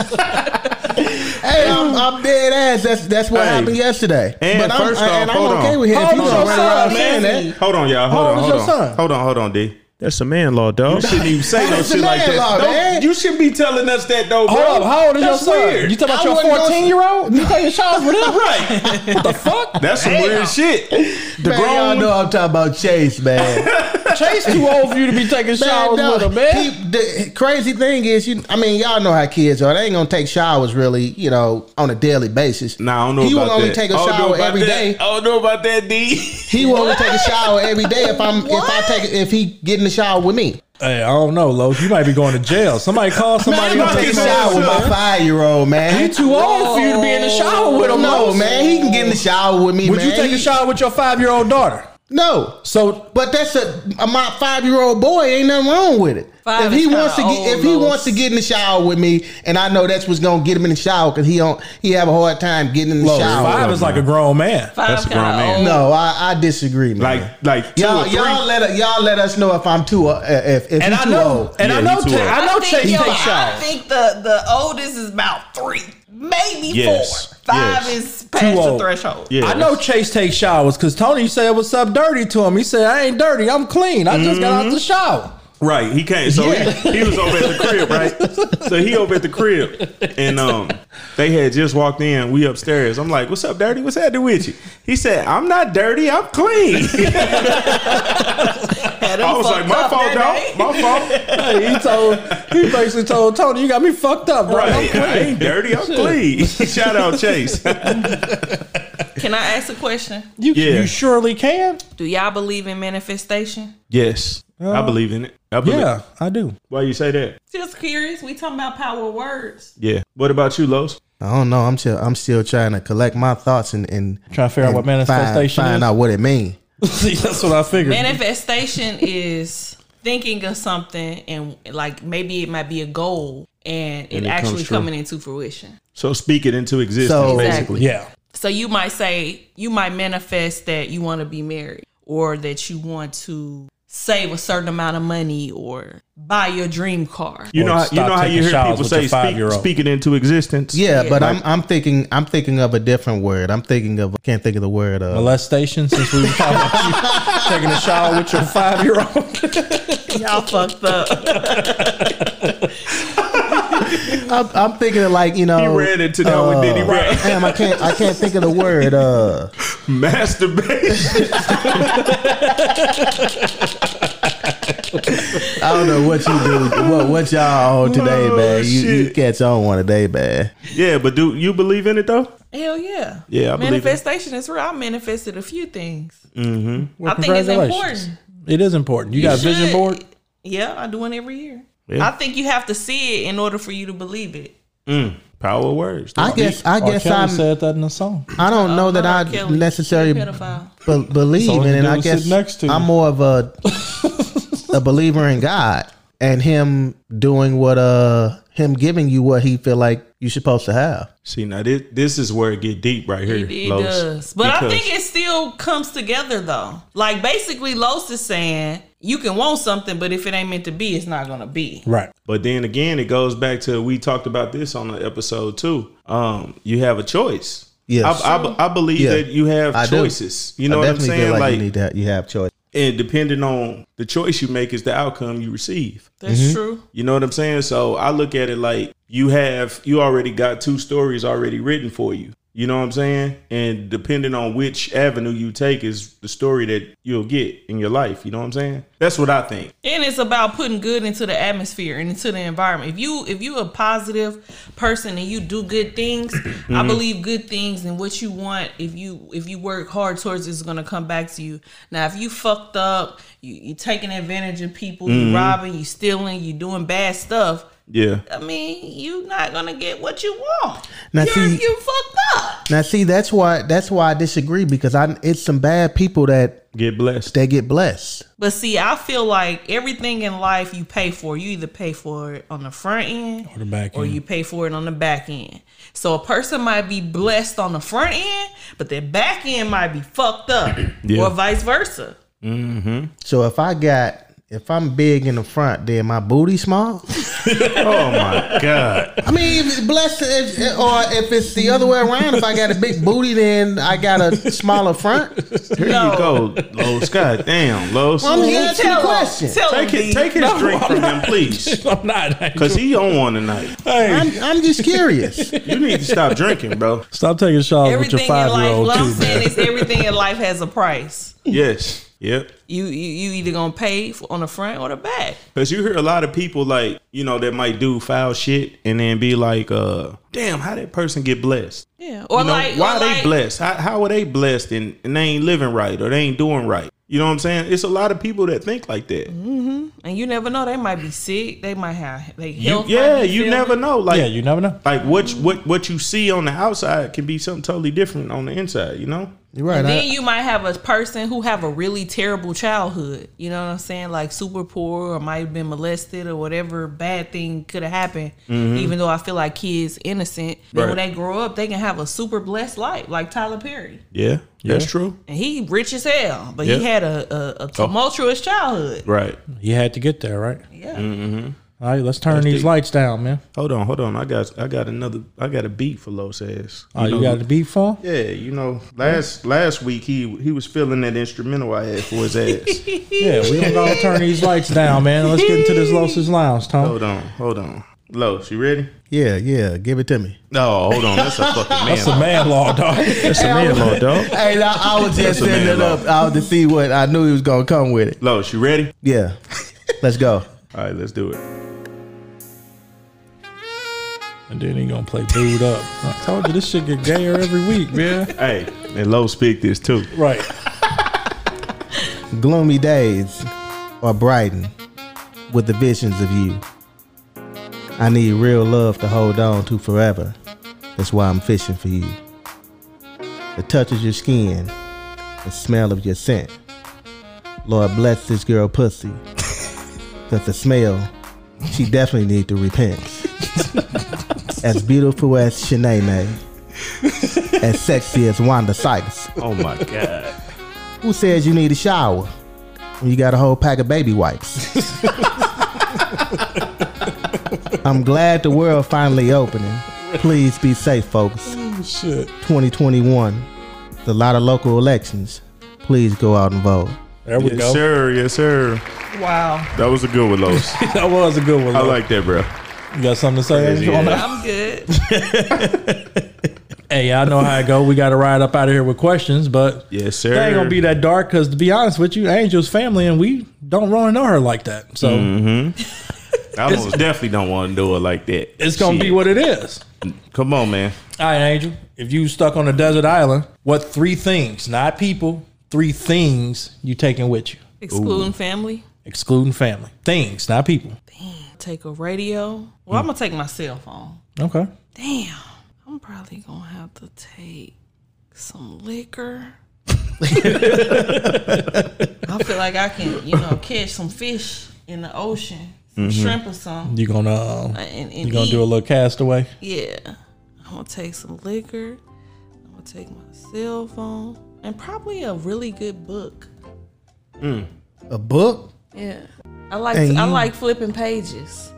Speaker 5: Hey, I'm, I'm dead ass. That's that's what
Speaker 4: Hey.
Speaker 5: happened yesterday.
Speaker 4: And
Speaker 5: but I'm,
Speaker 4: first
Speaker 5: and
Speaker 4: off,
Speaker 5: I'm
Speaker 4: hold
Speaker 5: okay
Speaker 4: on.
Speaker 5: with him.
Speaker 3: How
Speaker 5: If you
Speaker 3: old is
Speaker 5: gonna
Speaker 3: your
Speaker 5: run around
Speaker 3: son,
Speaker 5: saying
Speaker 3: man?
Speaker 5: that,
Speaker 4: Hold on, y'all. Hold
Speaker 5: How
Speaker 4: on,
Speaker 5: old is
Speaker 4: hold
Speaker 5: your
Speaker 4: on.
Speaker 5: son?
Speaker 4: Hold on, hold on, D. That's a man law, dog. You shouldn't even say no
Speaker 5: That's a
Speaker 4: shit like
Speaker 5: man
Speaker 4: that.
Speaker 5: law,
Speaker 4: Don't-
Speaker 5: man.
Speaker 4: you shouldn't be telling us that, though, bro.
Speaker 3: Hold up, how old is
Speaker 4: That's
Speaker 3: your son?
Speaker 4: Weird.
Speaker 3: You talking
Speaker 5: I
Speaker 3: about your
Speaker 5: wouldn't know-
Speaker 3: 14 year old? You taking shots with him?
Speaker 4: right?
Speaker 3: What the fuck?
Speaker 4: That's some weird shit. The
Speaker 5: man, y'all
Speaker 4: grown
Speaker 5: know I'm talking about Chase, man.
Speaker 3: Chase too old for you to be taking showers
Speaker 5: no,
Speaker 3: with him, man.
Speaker 5: he- the crazy thing is, you. I mean, y'all know how kids are. They ain't gonna take showers really, you know, on a daily basis.
Speaker 4: Nah, I don't know
Speaker 5: He
Speaker 4: about
Speaker 5: will only
Speaker 4: that.
Speaker 5: take a
Speaker 4: I don't know
Speaker 5: shower
Speaker 4: about
Speaker 5: every
Speaker 4: that.
Speaker 5: day.
Speaker 4: I don't know about that, D.
Speaker 5: He will only take a shower every day if I'm if I
Speaker 6: What?
Speaker 5: take if he get in the shower with me.
Speaker 3: hey, I don't know, Los. You might be going to jail. Somebody call somebody.
Speaker 5: I'm
Speaker 4: Man,
Speaker 3: who
Speaker 4: fucking
Speaker 5: gonna take a
Speaker 3: takes
Speaker 5: shower with my
Speaker 4: son.
Speaker 5: five year old man.
Speaker 3: He too old for you to be in the shower with him.
Speaker 5: No,
Speaker 3: Los.
Speaker 5: man, he can get in the shower with me.
Speaker 3: Would
Speaker 5: man.
Speaker 3: you take
Speaker 5: He-
Speaker 3: a shower with your five year old daughter?
Speaker 5: No,
Speaker 3: So
Speaker 5: But that's a, a my five year old boy. Ain't nothing wrong with it.
Speaker 6: Five
Speaker 5: if he
Speaker 6: is
Speaker 5: wants to
Speaker 6: kinda
Speaker 5: get if
Speaker 6: old,
Speaker 5: he
Speaker 6: though.
Speaker 5: wants to get in the shower with me, and I know that's what's gonna get him in the shower because he don't he have a hard time getting in the
Speaker 3: Los,
Speaker 5: shower.
Speaker 3: five is like a grown man.
Speaker 6: five
Speaker 4: That's a grown man.
Speaker 6: kind of
Speaker 5: No,
Speaker 6: old.
Speaker 5: I, I disagree, man.
Speaker 4: Like, like 2 or
Speaker 5: y'all,
Speaker 4: 3
Speaker 5: y'all let y'all let us know if I'm too uh, if if
Speaker 3: And
Speaker 5: he's
Speaker 3: I
Speaker 5: too
Speaker 3: know,
Speaker 5: old.
Speaker 3: and I
Speaker 4: Yeah,
Speaker 3: know,
Speaker 4: he too
Speaker 3: Chase-
Speaker 4: old.
Speaker 3: I know
Speaker 6: I think,
Speaker 3: Chase
Speaker 6: yo,
Speaker 3: takes
Speaker 6: I
Speaker 3: showers.
Speaker 6: think the the oldest is about three, maybe
Speaker 4: Yes.
Speaker 6: four. Five
Speaker 4: Yes.
Speaker 6: is past the
Speaker 3: old.
Speaker 6: threshold.
Speaker 4: Yeah.
Speaker 3: I know Chase takes showers because Tony said what's up dirty to him. He said, I ain't dirty, I'm clean. I just got
Speaker 4: Mm-hmm.
Speaker 3: out the shower.
Speaker 4: Right, he came. So he, he was over at the crib, right? So he over at the crib, and um, they had just walked in. We upstairs. I'm like, "What's up, dirty? What's happening with you?" He said, "I'm not dirty. I'm clean."
Speaker 6: Had him
Speaker 4: I was like,
Speaker 6: fucked
Speaker 4: "My
Speaker 6: up
Speaker 4: fault,
Speaker 6: that
Speaker 4: dog. My
Speaker 6: day.
Speaker 4: fault."
Speaker 3: Hey, he told he basically told Tony, you got me fucked up, bro. I'm
Speaker 4: Right,
Speaker 3: clean."
Speaker 4: I ain't dirty. I'm clean. Shout out Chase.
Speaker 6: Can I ask a question?
Speaker 3: You,
Speaker 4: Yeah.
Speaker 3: you surely can.
Speaker 6: Do y'all believe in manifestation?
Speaker 4: Yes, I believe in it. I believe.
Speaker 3: Yeah, I do.
Speaker 4: Why you say that?
Speaker 6: Just curious. We talking about power of words.
Speaker 4: Yeah. What about you, Los?
Speaker 5: I don't know. I'm still I'm still trying to collect my thoughts and and
Speaker 3: Trying to figure out
Speaker 5: and
Speaker 3: what manifestation
Speaker 5: find, find out what it means.
Speaker 3: is. See, that's what I figured.
Speaker 6: Manifestation is thinking of something and like maybe it might be a goal and,
Speaker 4: And
Speaker 6: it,
Speaker 4: it comes
Speaker 6: actually
Speaker 4: true.
Speaker 6: coming into fruition.
Speaker 4: So speak it into existence,
Speaker 5: So-
Speaker 4: basically.
Speaker 3: yeah.
Speaker 6: So you might say you might manifest that you want to be married or that you want to save a certain amount of money or buy your dream car.
Speaker 4: You
Speaker 3: Or
Speaker 4: know, how, you
Speaker 3: stop
Speaker 4: know how you
Speaker 3: taking
Speaker 4: hear
Speaker 3: showers
Speaker 4: people
Speaker 3: with
Speaker 4: say
Speaker 3: your
Speaker 4: speak,
Speaker 3: five-year-old."
Speaker 4: speaking into existence.
Speaker 5: Yeah,
Speaker 6: Yeah.
Speaker 5: but I'm I'm thinking I'm thinking of a different word. I'm thinking of can't think of the word. Uh,
Speaker 3: molestation since we were talking about you taking a shower with your five year old.
Speaker 6: Y'all fucked up.
Speaker 5: I'm, I'm thinking of like you
Speaker 4: He
Speaker 5: know.
Speaker 4: ran into that one,
Speaker 5: Uh, Oh.
Speaker 4: then he ran.
Speaker 5: Damn, I can't I can't think of the word. Uh,
Speaker 4: Masturbation.
Speaker 5: I don't know what you do. What what y'all on today,
Speaker 4: Oh,
Speaker 5: man? You, you
Speaker 4: shit.
Speaker 5: catch on one today, man.
Speaker 4: yeah, but do you believe in it though?
Speaker 6: Hell yeah.
Speaker 4: Yeah, I believe it.
Speaker 6: Manifestation is real. I manifested a few things.
Speaker 4: Mm-hmm.
Speaker 3: Well,
Speaker 6: I think it's
Speaker 3: congratulations.
Speaker 6: important.
Speaker 3: It is important. You, got a vision
Speaker 6: should.
Speaker 3: board?
Speaker 6: Yeah, I do one every year.
Speaker 4: Yeah.
Speaker 6: I think you have to see it in order for you to believe it.
Speaker 4: Power of words.
Speaker 5: I guess I
Speaker 3: R.
Speaker 5: guess
Speaker 3: Oh, Kelly
Speaker 5: I'm.
Speaker 3: said that in a song.
Speaker 5: I don't know that
Speaker 6: R.
Speaker 5: I
Speaker 6: Oh, Kelly,
Speaker 5: necessarily
Speaker 6: you pedophile.
Speaker 5: be- believe
Speaker 3: all
Speaker 5: in
Speaker 3: you
Speaker 5: it.
Speaker 3: do
Speaker 5: I
Speaker 3: is
Speaker 5: guess
Speaker 3: sit next to you.
Speaker 5: I'm more of a a believer in God and Him doing what uh Him giving you what He feel like you supposed to have.
Speaker 4: See now, this, this is where it get deep right here.
Speaker 6: It, it
Speaker 4: Los.
Speaker 6: does. But I
Speaker 4: Because-
Speaker 6: think it still comes together though. Like basically Los is saying you can want something, but if it ain't meant to be, it's not gonna be.
Speaker 3: Right.
Speaker 4: But then again, it goes back to we talked about this on the episode too. Um, you have a choice.
Speaker 5: Yes.
Speaker 4: I, I, I believe
Speaker 5: Yeah.
Speaker 4: that you have
Speaker 5: I do.
Speaker 4: choices. You know what I'm saying?
Speaker 5: feel like, you
Speaker 4: Like,
Speaker 5: need to have, you have choice.
Speaker 4: and depending on the choice you make is the outcome you receive.
Speaker 6: That's true.
Speaker 4: You know what I'm saying? So I look at it like you have you already got two stories already written for you. You know what I'm saying? And depending on which avenue you take is the story that you'll get in your life. You know what I'm saying? That's what I think.
Speaker 6: And it's about putting good into the atmosphere and into the environment. If you if you a positive person and you do good things, I believe good things and what you want if you if you work hard towards it is gonna come back to you. Now if you fucked up, you you taking advantage of people, you robbing, you stealing, you doing bad stuff,
Speaker 4: Yeah.
Speaker 6: I mean, you not gonna get what you want.
Speaker 5: Now,
Speaker 6: You're,
Speaker 5: see-
Speaker 6: you fucked up.
Speaker 5: Now, see, that's why that's why I disagree because I it's some bad people that
Speaker 4: Get blessed.
Speaker 5: that get blessed.
Speaker 6: But see, I feel like everything in life you pay for, you either pay for it on the front end
Speaker 3: Or the back
Speaker 6: or
Speaker 3: end.
Speaker 6: you pay for it on the back end. So a person might be blessed on the front end, but their back end might be fucked up,
Speaker 4: Yeah.
Speaker 6: or vice versa.
Speaker 5: So if I got if I'm big in the front, then my booty small.
Speaker 4: Oh my God.
Speaker 5: I mean, if it's blessed, if, or if it's the other way around, if I got a big booty, then I got a smaller front.
Speaker 4: Here
Speaker 6: No.
Speaker 4: you go, Los. God damn, Los.
Speaker 5: Well, I'm just asking
Speaker 6: Tell
Speaker 5: the
Speaker 6: 'em.
Speaker 5: question.
Speaker 6: Tell 'em,
Speaker 4: Take
Speaker 6: B.
Speaker 4: his, take his drink from him, please.
Speaker 3: I'm not. I ain't
Speaker 4: Cause he on one tonight.
Speaker 3: Hey,
Speaker 5: I'm, I'm just curious.
Speaker 4: You need to stop drinking, bro.
Speaker 3: stop taking showers with your
Speaker 6: Everything in
Speaker 3: five year
Speaker 6: life,
Speaker 3: old
Speaker 6: what I'm
Speaker 3: too, man.
Speaker 6: saying is everything in life has a price.
Speaker 4: Yes. Yep.
Speaker 6: You you, you either gonna pay for, on the front or the back.
Speaker 4: Cause you hear a lot of people like, you know, that might do foul shit and then be like, uh, damn, how that person get blessed?
Speaker 6: Yeah. Or
Speaker 4: You know,
Speaker 6: like
Speaker 4: why
Speaker 6: or
Speaker 4: they
Speaker 6: like,
Speaker 4: blessed? How, how are they blessed and, and they ain't living right or they ain't doing right? You know what I'm saying? It's a lot of people that think like that.
Speaker 6: And you never know. They might be sick. They might have they
Speaker 4: You,
Speaker 6: health. might
Speaker 4: yeah,
Speaker 6: be
Speaker 4: you
Speaker 6: failing.
Speaker 4: never know. Like
Speaker 3: Yeah, you never know.
Speaker 4: like what what what you see on the outside can be something totally different on the inside, you know?
Speaker 5: You're right. I,
Speaker 6: Then you might have a person who have a really terrible childhood. You know what I'm saying? Like super poor or might have been molested or whatever bad thing could have happened. Even though I feel like kids innocent. But when
Speaker 4: Mm-hmm. Right.
Speaker 6: they grow up, they can have a super blessed life, like Tyler Perry.
Speaker 4: Yeah, that's true.
Speaker 6: And he rich as hell. But
Speaker 4: Yeah. Oh.
Speaker 6: he had a, a, a tumultuous childhood.
Speaker 4: Right.
Speaker 3: You had to get there, right?
Speaker 6: Yeah.
Speaker 4: Mm.
Speaker 3: All right, let's turn these
Speaker 4: deep.
Speaker 3: lights down, man.
Speaker 4: Hold on, hold on. I got I got another I got a beat for Los ass.
Speaker 3: Oh, you,
Speaker 4: know-
Speaker 3: got the beat phone?
Speaker 4: Yeah, you know, last last week he he was feeling that instrumental I had for his ass.
Speaker 3: Yeah, we gonna go turn these lights down, man. Let's get into this Los's Lounge, Tom.
Speaker 4: hold on, hold on. Los, you ready?
Speaker 5: yeah, yeah. Give it to me.
Speaker 4: No, hold on. That's a fucking man.
Speaker 3: That's a man law, dog. That's a man law.
Speaker 4: dog.
Speaker 5: Hey, no, I was just
Speaker 4: That's a man
Speaker 5: setting it
Speaker 4: law.
Speaker 5: up out to see what I knew he was gonna come with it.
Speaker 4: Los, you ready?
Speaker 5: Yeah, let's go.
Speaker 4: All right, let's do it.
Speaker 3: And then he gonna play booed up. I told you this shit get gayer every week, man.
Speaker 4: Hey, and Los picked this too.
Speaker 3: Right.
Speaker 5: Gloomy days are brightened with the visions of you. I need real love to hold on to forever. That's why I'm fishing for you. The touch of your skin, the smell of your scent. Lord bless this girl pussy. Cause the smell, she definitely need to repent. as beautiful as Shanae May, as sexy as Wanda Sykes.
Speaker 4: Oh my god.
Speaker 5: Who says you need a shower? You got a whole pack of baby wipes. I'm glad the world finally opening. Please be safe, folks.
Speaker 3: Oh, Shit.
Speaker 5: 2021. There's a lot of local elections. Please go out and vote.
Speaker 3: There we
Speaker 4: Yes,
Speaker 3: go.
Speaker 4: sir. Yes, sir.
Speaker 6: Wow.
Speaker 4: That was a good one, Los.
Speaker 3: that was a good one.
Speaker 4: I
Speaker 3: though.
Speaker 4: like that, bro.
Speaker 3: you got something to say?
Speaker 4: Crazy,
Speaker 3: on that?
Speaker 4: yeah.
Speaker 6: I'm good.
Speaker 3: Hey, I know how it go. We got to ride up out of here with questions, but
Speaker 4: Yes, sir.
Speaker 3: it ain't gonna be that dark. Because to be honest with you, Angel's family and we don't really know her like that, so
Speaker 4: I most definitely don't want to do it like that.
Speaker 3: it's gonna be
Speaker 4: Shit.
Speaker 3: what it is.
Speaker 4: Come on, man.
Speaker 3: All right, Angel. If you stuck on a desert island, what three things, not people, three things you taking with you,
Speaker 6: Excluding family.
Speaker 3: excluding family, things, not people.
Speaker 6: Take a radio. Well,
Speaker 4: Hmm.
Speaker 6: I'm gonna take my cell phone.
Speaker 3: Okay.
Speaker 6: Damn. I'm probably gonna have to take some liquor. I feel like I can, you know, catch some fish in the ocean, some shrimp or something.
Speaker 3: You gonna uh,
Speaker 6: And, and
Speaker 3: Mm-hmm. you gonna
Speaker 6: eat.
Speaker 3: do a little castaway?
Speaker 6: Yeah. I'm gonna take some liquor. I'm gonna take my cell phone and probably a really good book.
Speaker 5: A book?
Speaker 6: Yeah. I like
Speaker 5: And
Speaker 6: I
Speaker 5: you-
Speaker 6: like flipping pages.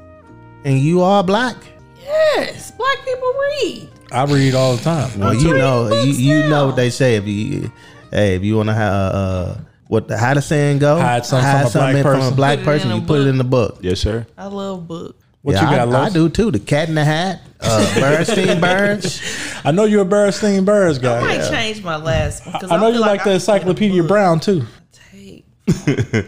Speaker 5: And you are black?
Speaker 6: Yes, black people read.
Speaker 3: I read all the time.
Speaker 5: Well, you know, you,
Speaker 6: books
Speaker 5: you know
Speaker 6: now.
Speaker 5: what they say. If you, hey, if you want to have uh, what the, how the saying go,
Speaker 3: Hide something from a black person.
Speaker 5: from a black
Speaker 6: Put it in
Speaker 5: person,
Speaker 6: a
Speaker 5: you put it
Speaker 6: book.
Speaker 5: in the book.
Speaker 4: Yes, sir.
Speaker 6: I love book.
Speaker 3: What
Speaker 5: yeah,
Speaker 3: you got,
Speaker 5: I, I
Speaker 3: Los?
Speaker 5: do too. The Cat in the Hat, uh, Bernstein Burns.
Speaker 3: I, know you're a Bernstein Burns
Speaker 6: I
Speaker 3: guy.
Speaker 6: might change my last one. 'cause
Speaker 3: I know
Speaker 6: feel
Speaker 3: you like the
Speaker 6: I can read a
Speaker 3: Encyclopedia
Speaker 6: book.
Speaker 3: Brown too.
Speaker 6: Take
Speaker 4: And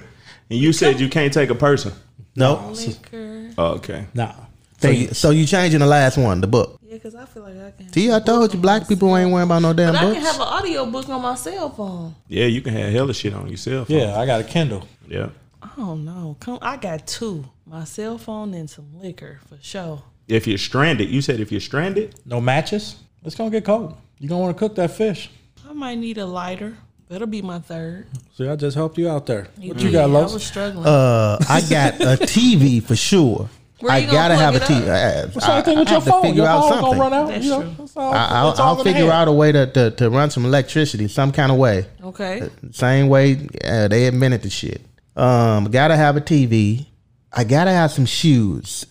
Speaker 4: you said you can't take a person.
Speaker 5: Nope.
Speaker 6: liquor.
Speaker 4: Oh, okay.
Speaker 3: Nah.
Speaker 5: So you, so you changing the last one, the book.
Speaker 6: Yeah, because I feel like I can.
Speaker 5: See, I told you, black people ain't worrying about no damn
Speaker 6: But I can
Speaker 5: books.
Speaker 6: have an audio book on my cell phone.
Speaker 4: Yeah, you can have hella shit on yourself.
Speaker 3: Yeah, I got a Kindle.
Speaker 4: Yeah.
Speaker 6: I don't know. Come, I got two: my cell phone and some liquor for sure.
Speaker 4: If you're stranded, you said if you're stranded,
Speaker 3: No matches. It's gonna get cold. You gonna want to cook that fish.
Speaker 6: I might need a lighter. That'll be my third.
Speaker 3: See, I just helped you out there. What you got,
Speaker 6: Yeah, I was
Speaker 3: Los?
Speaker 6: struggling.
Speaker 5: uh, I got a TV for sure.
Speaker 6: Where
Speaker 5: I
Speaker 6: you gonna
Speaker 5: gotta have a
Speaker 6: plug it
Speaker 5: TV. I, I,
Speaker 3: Same thing with
Speaker 5: I
Speaker 3: your
Speaker 5: have to
Speaker 3: phone.
Speaker 5: figure
Speaker 3: Your
Speaker 5: out
Speaker 3: phone's
Speaker 5: something.
Speaker 3: gonna run out.
Speaker 6: That's
Speaker 3: you know?
Speaker 6: true.
Speaker 3: It's all-
Speaker 5: I,
Speaker 3: it's
Speaker 5: I'll,
Speaker 3: all
Speaker 5: I'll
Speaker 3: in the
Speaker 5: figure
Speaker 3: hand.
Speaker 5: out a way to, to, to run some electricity, some kind of way.
Speaker 3: uh,
Speaker 6: okay.
Speaker 5: Same way uh, they invented the shit. Um, gotta have a TV. I gotta have some shoes.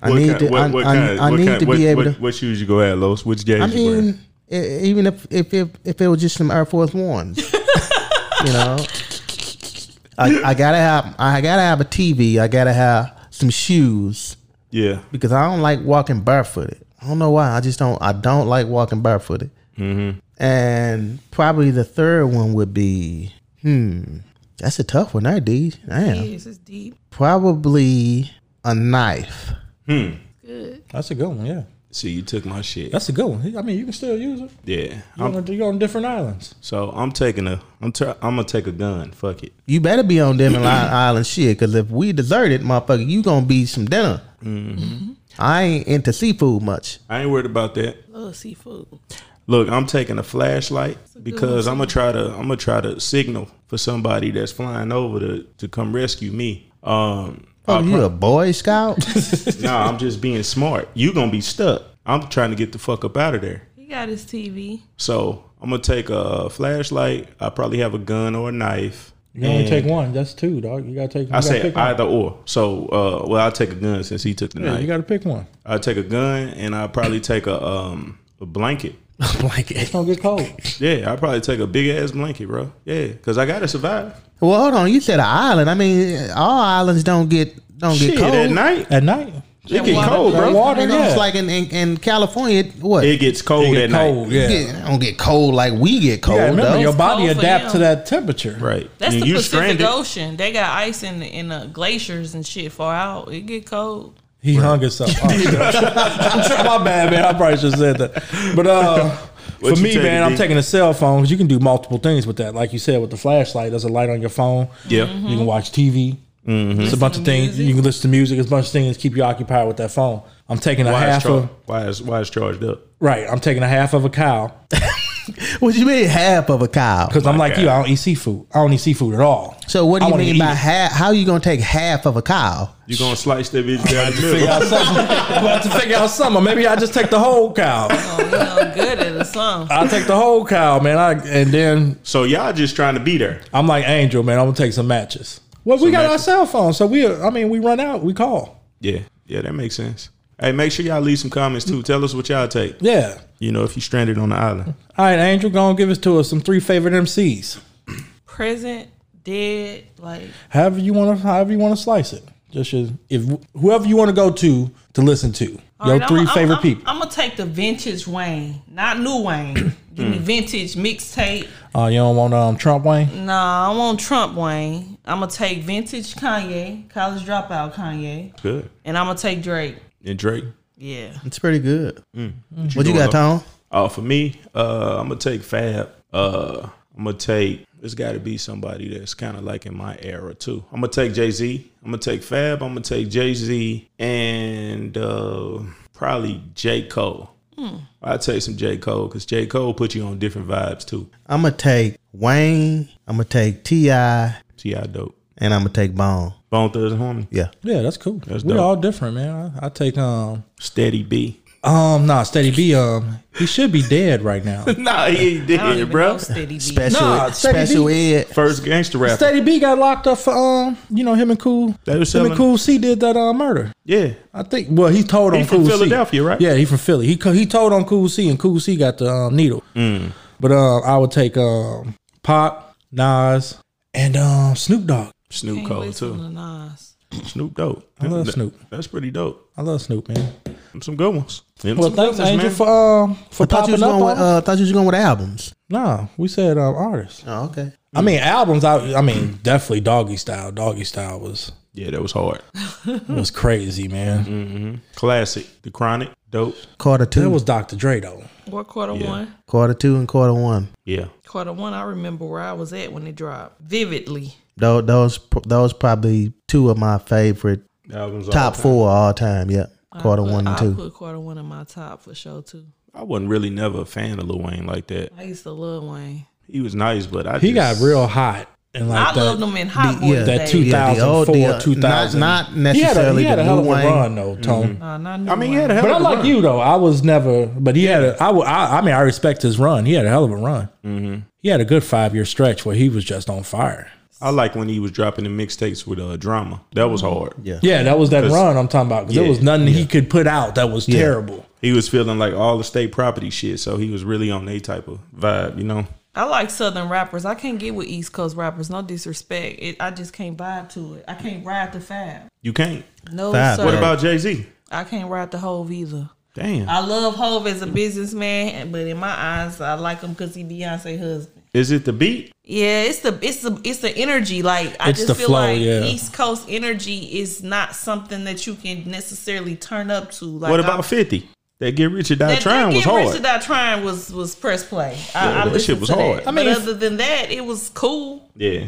Speaker 5: I need to. I, I- I need to
Speaker 4: what,
Speaker 5: be able
Speaker 4: what,
Speaker 5: to.
Speaker 4: What shoes you go at, Los? Which gauge
Speaker 5: I
Speaker 4: you wearing?
Speaker 5: mean, e- even if if if, if it was just some Air Force Ones, you know. I, I gotta have I gotta have a TV. I gotta have some shoes
Speaker 4: Yeah.
Speaker 5: because I don't like walking barefooted. I don't know why. I just don't. I don't like walking barefooted. And probably the third one would be hmm. That's a tough one, there, D. Damn.
Speaker 6: Yes, it's deep.
Speaker 5: Probably a knife.
Speaker 6: Good.
Speaker 3: That's a good one. Yeah,
Speaker 4: See, you took my shit.
Speaker 3: that's a good one. I mean, you can still use it.
Speaker 4: yeah.
Speaker 3: You're
Speaker 4: I'm,
Speaker 3: on, you're on different islands.
Speaker 4: so I'm taking a. I'm. Ter- I'm gonna take a gun. Fuck it.
Speaker 5: You better be on Demon Island shit, cause if we deserted, motherfucker, you gonna be some dinner.
Speaker 3: Mm-hmm.
Speaker 5: I ain't into seafood much.
Speaker 4: I ain't worried about that.
Speaker 6: Love seafood.
Speaker 4: Look, I'm taking a flashlight because I'm gonna try to I'm gonna try to signal for somebody that's flying over to to come rescue me. Um,
Speaker 5: Oh,
Speaker 4: I'll
Speaker 5: you a Boy Scout?
Speaker 4: pro- nah, I'm just being smart. You gonna be stuck. I'm trying to get the fuck up out of there.
Speaker 6: He got his TV.
Speaker 4: So I'm gonna take a flashlight. I probably have a gun or a knife.
Speaker 3: You can only
Speaker 4: And
Speaker 3: take one. That's two, dog. You gotta take. You gotta
Speaker 4: I say
Speaker 3: pick one.
Speaker 4: either or. So, uh, well, I'll take a gun since he took the
Speaker 3: Yeah, you
Speaker 4: knife.
Speaker 3: gotta pick one.
Speaker 4: I'll take a gun and I'll probably take a um a blanket.
Speaker 5: blanket.
Speaker 3: It's gonna get cold.
Speaker 4: Yeah, I'll probably take a big ass blanket, bro. Yeah, because I gotta survive.
Speaker 5: Well, hold on. You said an island. I mean, all islands don't get don't
Speaker 4: Shit,
Speaker 5: get cold.
Speaker 4: at night.
Speaker 3: At night,
Speaker 4: It get
Speaker 6: water.
Speaker 4: cold,
Speaker 3: That
Speaker 4: bro.
Speaker 3: water,
Speaker 5: And
Speaker 3: yeah.
Speaker 5: it's like in, in, in California, it- what?
Speaker 4: It gets cold
Speaker 3: It get
Speaker 4: at
Speaker 3: cold,
Speaker 4: night.
Speaker 3: yeah.
Speaker 5: It don't get cold like we get cold.
Speaker 3: Yeah, remember
Speaker 5: though.
Speaker 3: your body
Speaker 6: cold for
Speaker 3: adapt to
Speaker 6: them.
Speaker 3: that temperature.
Speaker 4: Right.
Speaker 6: That's
Speaker 4: And
Speaker 6: the
Speaker 4: you
Speaker 6: Pacific
Speaker 4: stranded.
Speaker 6: Ocean. They got ice in the, in the glaciers and shit far out. It get cold.
Speaker 3: He hung himself. Oh, shit. my bad, man. I probably should have said that. But uh, for
Speaker 4: What you
Speaker 3: me,
Speaker 4: taking,
Speaker 3: man,
Speaker 4: D?
Speaker 3: I'm taking a cell phone 'cause you can do multiple things with that. Like you said, with the flashlight, there's a light on your phone.
Speaker 4: Yeah. Mm-hmm.
Speaker 3: You can watch TV. It's a bunch of
Speaker 6: to
Speaker 3: things.
Speaker 6: music.
Speaker 3: You can listen to music. It's a bunch of things to keep you occupied with that phone. I'm taking a
Speaker 4: Why is,
Speaker 3: half
Speaker 4: char-
Speaker 3: of
Speaker 4: why, is, why is charged up?
Speaker 3: right. I'm taking a half of a cow
Speaker 5: What you mean half of a cow?
Speaker 3: because I'm like
Speaker 4: God.
Speaker 3: you. I don't eat seafood. I don't eat seafood at all.
Speaker 5: So what do
Speaker 3: I
Speaker 5: you
Speaker 3: wanna
Speaker 5: mean
Speaker 3: eat
Speaker 5: by
Speaker 3: it.
Speaker 5: half? How you gonna take half of a cow?
Speaker 4: You gonna slice that bitch down the
Speaker 3: Figure
Speaker 4: middle?
Speaker 3: out something. I'm about to figure out something. Maybe I just take the whole cow.
Speaker 6: Oh, you know, good at the song.
Speaker 3: I take the whole cow, man. I and then
Speaker 4: So y'all just trying to be there.
Speaker 3: I'm like Angel, man. I'm gonna take some matches. Well, we
Speaker 4: So
Speaker 3: got
Speaker 4: that's-
Speaker 3: our cell phone, so we. I mean, we run out, we call.
Speaker 4: Yeah, yeah, that makes sense. Hey, make sure y'all leave some comments too. Tell us what y'all take.
Speaker 3: Yeah.
Speaker 4: You know, if you stranded on the island.
Speaker 3: All right, Angel, go and give us to us some three favorite MCs.
Speaker 6: Present, dead, like
Speaker 3: However you want to, however you want to slice it. Just your, if whoever you want to go to to listen to, your 3 favorite people.
Speaker 6: I'm gonna take the vintage Wayne, not new Wayne. Give
Speaker 3: Hmm.
Speaker 6: me vintage mixtape.
Speaker 3: Uh, you don't want um, Trump Wayne?
Speaker 6: Nah, I want Trump Wayne. I'm gonna take vintage Kanye, college dropout Kanye,
Speaker 4: Good.
Speaker 6: and I'm gonna take Drake.
Speaker 4: And Drake.
Speaker 6: Yeah,
Speaker 5: It's pretty good. Mm. What you
Speaker 4: doing,
Speaker 5: got, Tom?
Speaker 4: Uh, for me, uh, I'm gonna take Fab. Uh, I'm gonna take. It's got to be somebody that's kind of like in my era too. I'm gonna take Jay Z. I'm gonna take Fab. I'm gonna take Jay Z and uh, probably J Cole. I'll take some J Cole because J Cole put you on different vibes too.
Speaker 5: I'm gonna take Wayne. I'm gonna take Ti, and
Speaker 4: See how dope.
Speaker 5: I'm gonna take Bone.
Speaker 4: Bone Thugs and Harmony.
Speaker 5: Yeah,
Speaker 3: Yeah, that's cool.
Speaker 4: That's
Speaker 3: We're
Speaker 4: dope.
Speaker 3: all different, man. I, I take um
Speaker 4: Steady B.
Speaker 3: um nah, Steady B um he should be dead right now.
Speaker 4: nah, he
Speaker 6: I don't
Speaker 4: did,
Speaker 6: even
Speaker 4: bro.
Speaker 6: know Steady B.
Speaker 5: special,
Speaker 3: Nah, Steady
Speaker 5: special
Speaker 3: D.
Speaker 5: ed.
Speaker 4: First gangster rapper.
Speaker 3: Steady B got locked up for um you know him and Cool
Speaker 4: They were
Speaker 3: him and
Speaker 4: selling-
Speaker 3: Cool C did that uh, murder.
Speaker 4: Yeah,
Speaker 3: I think. Well, he told on
Speaker 4: He from
Speaker 3: Cool C.
Speaker 4: Philadelphia, right?
Speaker 3: Yeah, he from Philly. He co- he told on Cool C, and Cool C got the um, needle.
Speaker 4: Mm.
Speaker 3: But um, I would take um, Pop, Nas, and um, Snoop Dogg.
Speaker 4: Snoop
Speaker 6: Can't
Speaker 4: Cole
Speaker 6: listen
Speaker 4: too.
Speaker 6: to Nas.
Speaker 4: Snoop dope.
Speaker 3: I love Snoop.
Speaker 4: That's pretty dope.
Speaker 3: I love Snoop, man.
Speaker 4: Them Some good ones. Them
Speaker 3: Well,
Speaker 4: some
Speaker 3: thanks,
Speaker 4: good ones,
Speaker 3: Angel,
Speaker 4: man.
Speaker 3: for um for
Speaker 5: I thought you
Speaker 3: popping
Speaker 5: was
Speaker 3: up.
Speaker 5: going
Speaker 3: On.
Speaker 5: with, uh, I thought you was going with albums.
Speaker 3: nah, we said um, artists.
Speaker 5: Oh, okay.
Speaker 3: I mean albums. I I mean definitely Doggy Style. Doggy Style was
Speaker 4: Yeah, that was hard.
Speaker 3: was crazy, man.
Speaker 5: Mm-hmm.
Speaker 4: Classic. The Chronic. Dope.
Speaker 5: Quarter
Speaker 3: That
Speaker 5: two,
Speaker 3: was Dr. Dre though.
Speaker 6: What quarter one?
Speaker 5: quarter two, and quarter one.
Speaker 4: Yeah.
Speaker 6: Quarter one. I remember where I was at when it dropped vividly.
Speaker 5: Those those those probably two of my favorite
Speaker 4: Albums all
Speaker 5: top
Speaker 4: time.
Speaker 5: four all time. Yeah, quarter
Speaker 6: I put-
Speaker 5: one and
Speaker 6: I
Speaker 5: two.
Speaker 6: put quarter one in my top for sure too.
Speaker 4: I wasn't really never a fan of Lil Wayne like that.
Speaker 6: I used to love Wayne.
Speaker 4: He was nice, but I
Speaker 3: He
Speaker 4: just-
Speaker 3: got real hot and like
Speaker 6: I
Speaker 3: that.
Speaker 6: loved him in Hot Boy
Speaker 5: yeah,
Speaker 6: days.
Speaker 3: that two
Speaker 5: Yeah, the old-
Speaker 3: thousand
Speaker 5: the, uh,
Speaker 3: four,
Speaker 5: not-
Speaker 3: two thousand.
Speaker 5: not necessarily
Speaker 3: He had a,
Speaker 5: the
Speaker 3: hell of a
Speaker 5: Lil Wayne. Mm-hmm.
Speaker 3: run though, Tone.
Speaker 6: Nah, not new
Speaker 4: I mean, he had
Speaker 6: Wayne.
Speaker 4: a hell
Speaker 3: But I
Speaker 4: of a
Speaker 3: like
Speaker 4: run.
Speaker 3: you though. I was never, but he had a. I, would- I, I mean, I respect his run. He had a hell of a run.
Speaker 4: Mm-hmm.
Speaker 3: He had a good five year stretch where he was just on fire.
Speaker 4: I like when he was dropping the mixtapes with uh, drama. That was hard.
Speaker 5: Yeah.
Speaker 3: Mm-hmm. Yeah, that was that
Speaker 4: 'Cause-
Speaker 3: run I'm talking about. 'cause there
Speaker 4: Yeah,
Speaker 3: was nothing he could put out that was terrible.
Speaker 4: He was feeling like all the state property shit, so he was really on that type of vibe, you know.
Speaker 6: I like Southern rappers. I can't get with East Coast rappers. No disrespect. It, I just can't vibe to it. I can't ride the Fab.
Speaker 4: You can't.
Speaker 6: No,
Speaker 5: Fab.
Speaker 6: sir.
Speaker 4: What about Jay Z?
Speaker 6: I can't ride the Hove either.
Speaker 4: Damn.
Speaker 6: I love Hove as a businessman, but in my eyes, I like him because he Beyonce husband.
Speaker 4: Is it the beat?
Speaker 6: Yeah, it's the it's the it's the energy. Like I
Speaker 3: It's
Speaker 6: just
Speaker 3: the
Speaker 6: feel
Speaker 3: flow,
Speaker 6: like
Speaker 3: yeah.
Speaker 6: East Coast energy is not something that you can necessarily turn up to. Like
Speaker 4: what
Speaker 6: I'm-
Speaker 4: about Fifty? That Get Rich or Die
Speaker 6: that,
Speaker 4: Trying
Speaker 6: that
Speaker 4: was
Speaker 6: Get
Speaker 4: hard.
Speaker 6: Rich or Die Trying was was press play. I,
Speaker 4: Yeah,
Speaker 6: I
Speaker 4: that
Speaker 6: listened
Speaker 4: shit was
Speaker 6: to
Speaker 4: hard. I
Speaker 6: That. I
Speaker 3: mean,
Speaker 6: mean,
Speaker 3: if-
Speaker 6: other than that, it was cool.
Speaker 4: yeah,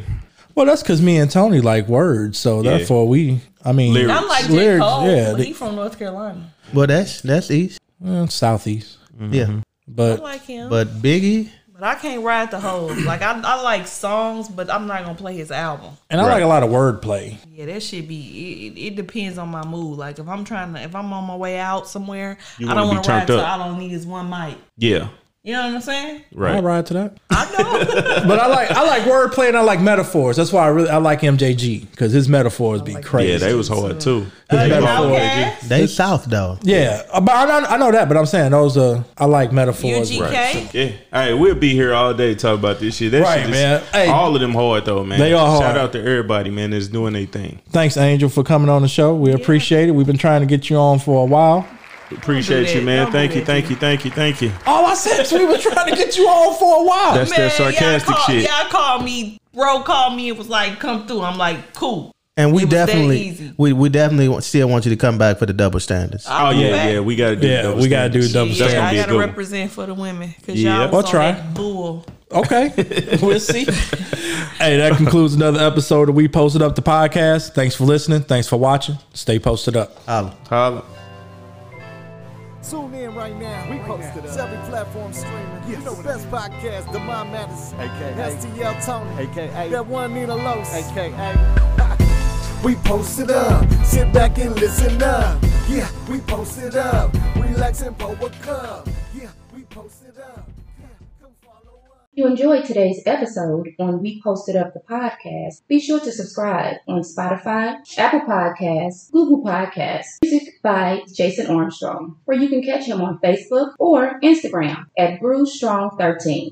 Speaker 3: Well, that's because me and Tony like words, so
Speaker 4: Yeah.
Speaker 3: therefore we. I mean,
Speaker 4: Lyrics.
Speaker 6: I like J.
Speaker 3: Lyrics,
Speaker 6: Cole,
Speaker 3: yeah,
Speaker 6: but
Speaker 3: the-
Speaker 6: he from North Carolina.
Speaker 5: Well, that's that's East.
Speaker 3: eh, southeast,
Speaker 5: Yeah,
Speaker 3: Mm-hmm.
Speaker 6: I
Speaker 3: but
Speaker 6: like him, but,
Speaker 5: but Biggie.
Speaker 6: I can't ride the whole. Like I, I like songs, but I'm not gonna play his album.
Speaker 3: and I like a lot of wordplay.
Speaker 6: Yeah, that should be. It, it, it depends on my mood. Like if I'm trying to, if I'm on my way out somewhere,
Speaker 4: You
Speaker 6: I don't
Speaker 4: wanna
Speaker 6: want
Speaker 4: be
Speaker 6: to ride
Speaker 4: turned
Speaker 6: to.
Speaker 4: up.
Speaker 6: I don't need his one mic.
Speaker 4: yeah,
Speaker 6: You know what I'm saying?
Speaker 4: right.
Speaker 3: I ride to that.
Speaker 6: I know.
Speaker 3: but I like I like wordplay and I like metaphors. That's why I really I like MJG because his metaphors be crazy.
Speaker 4: Yeah, they was hard too.
Speaker 6: Uh,
Speaker 3: His
Speaker 4: They was
Speaker 3: metaphor.
Speaker 4: hard.
Speaker 6: okay.
Speaker 5: They South though.
Speaker 3: Yeah, uh, but I, know- I know that. But I'm saying those are I like metaphors.
Speaker 6: UGK.
Speaker 4: Yeah. Hey, we'll be here all day talking about this shit. That
Speaker 3: Right,
Speaker 4: shit
Speaker 3: man.
Speaker 4: just-
Speaker 3: Hey.
Speaker 4: all of them hard though, man.
Speaker 3: They are hard.
Speaker 4: Shout out to everybody, man, that's doing their thing.
Speaker 3: Thanks, Angel, for coming on the show. We appreciate it. We've been trying to get you on for a while.
Speaker 4: Appreciate
Speaker 6: that.
Speaker 4: you, man.
Speaker 6: Don't do
Speaker 4: Thank you,
Speaker 6: that,
Speaker 4: thank you, thank you, thank you.
Speaker 3: All Oh, I said is we were trying to get you on for a while.
Speaker 4: That's that sarcastic
Speaker 6: y'all call,
Speaker 4: shit.
Speaker 6: Y'all called me, bro. Called me and was like, "Come through." I'm like, "Cool."
Speaker 5: And we
Speaker 6: It was that
Speaker 5: definitely
Speaker 6: easy.
Speaker 5: we, we definitely want- still want you to come back for the double standards.
Speaker 4: Oh
Speaker 6: I'll be
Speaker 4: yeah,
Speaker 6: back.
Speaker 4: yeah. We gotta do.
Speaker 3: Yeah,
Speaker 4: double
Speaker 3: we gotta do
Speaker 4: standards.
Speaker 3: double
Speaker 4: That's
Speaker 6: Yeah,
Speaker 4: gonna
Speaker 6: I
Speaker 4: be a
Speaker 6: gotta
Speaker 4: good one.
Speaker 6: represent for the women because
Speaker 4: Yeah.
Speaker 6: y'all was
Speaker 3: I'll try.
Speaker 6: on that bull.
Speaker 3: okay. we'll see. hey, that concludes another episode of We Posted Up the Podcast. Thanks for listening. Thanks for watching. Stay posted up.
Speaker 5: Holla.
Speaker 4: Holla.
Speaker 1: Tune in right now. We posted up. It's every platform streaming. You know the best podcast, The Mind Matters. AKA. STL Tony. AKA. That one Nina Los. AKA. We posted up. Sit back and listen up. Yeah, we posted up. Relax and pour a cup. Yeah, we posted up. Yeah, come follow us.
Speaker 2: you enjoyed today's episode on We Posted Up the Podcast, be sure to subscribe on Spotify, Apple Podcasts, Google Podcasts, music by Jason Armstrong, or you can catch him on Facebook or Instagram at BrewStrong13.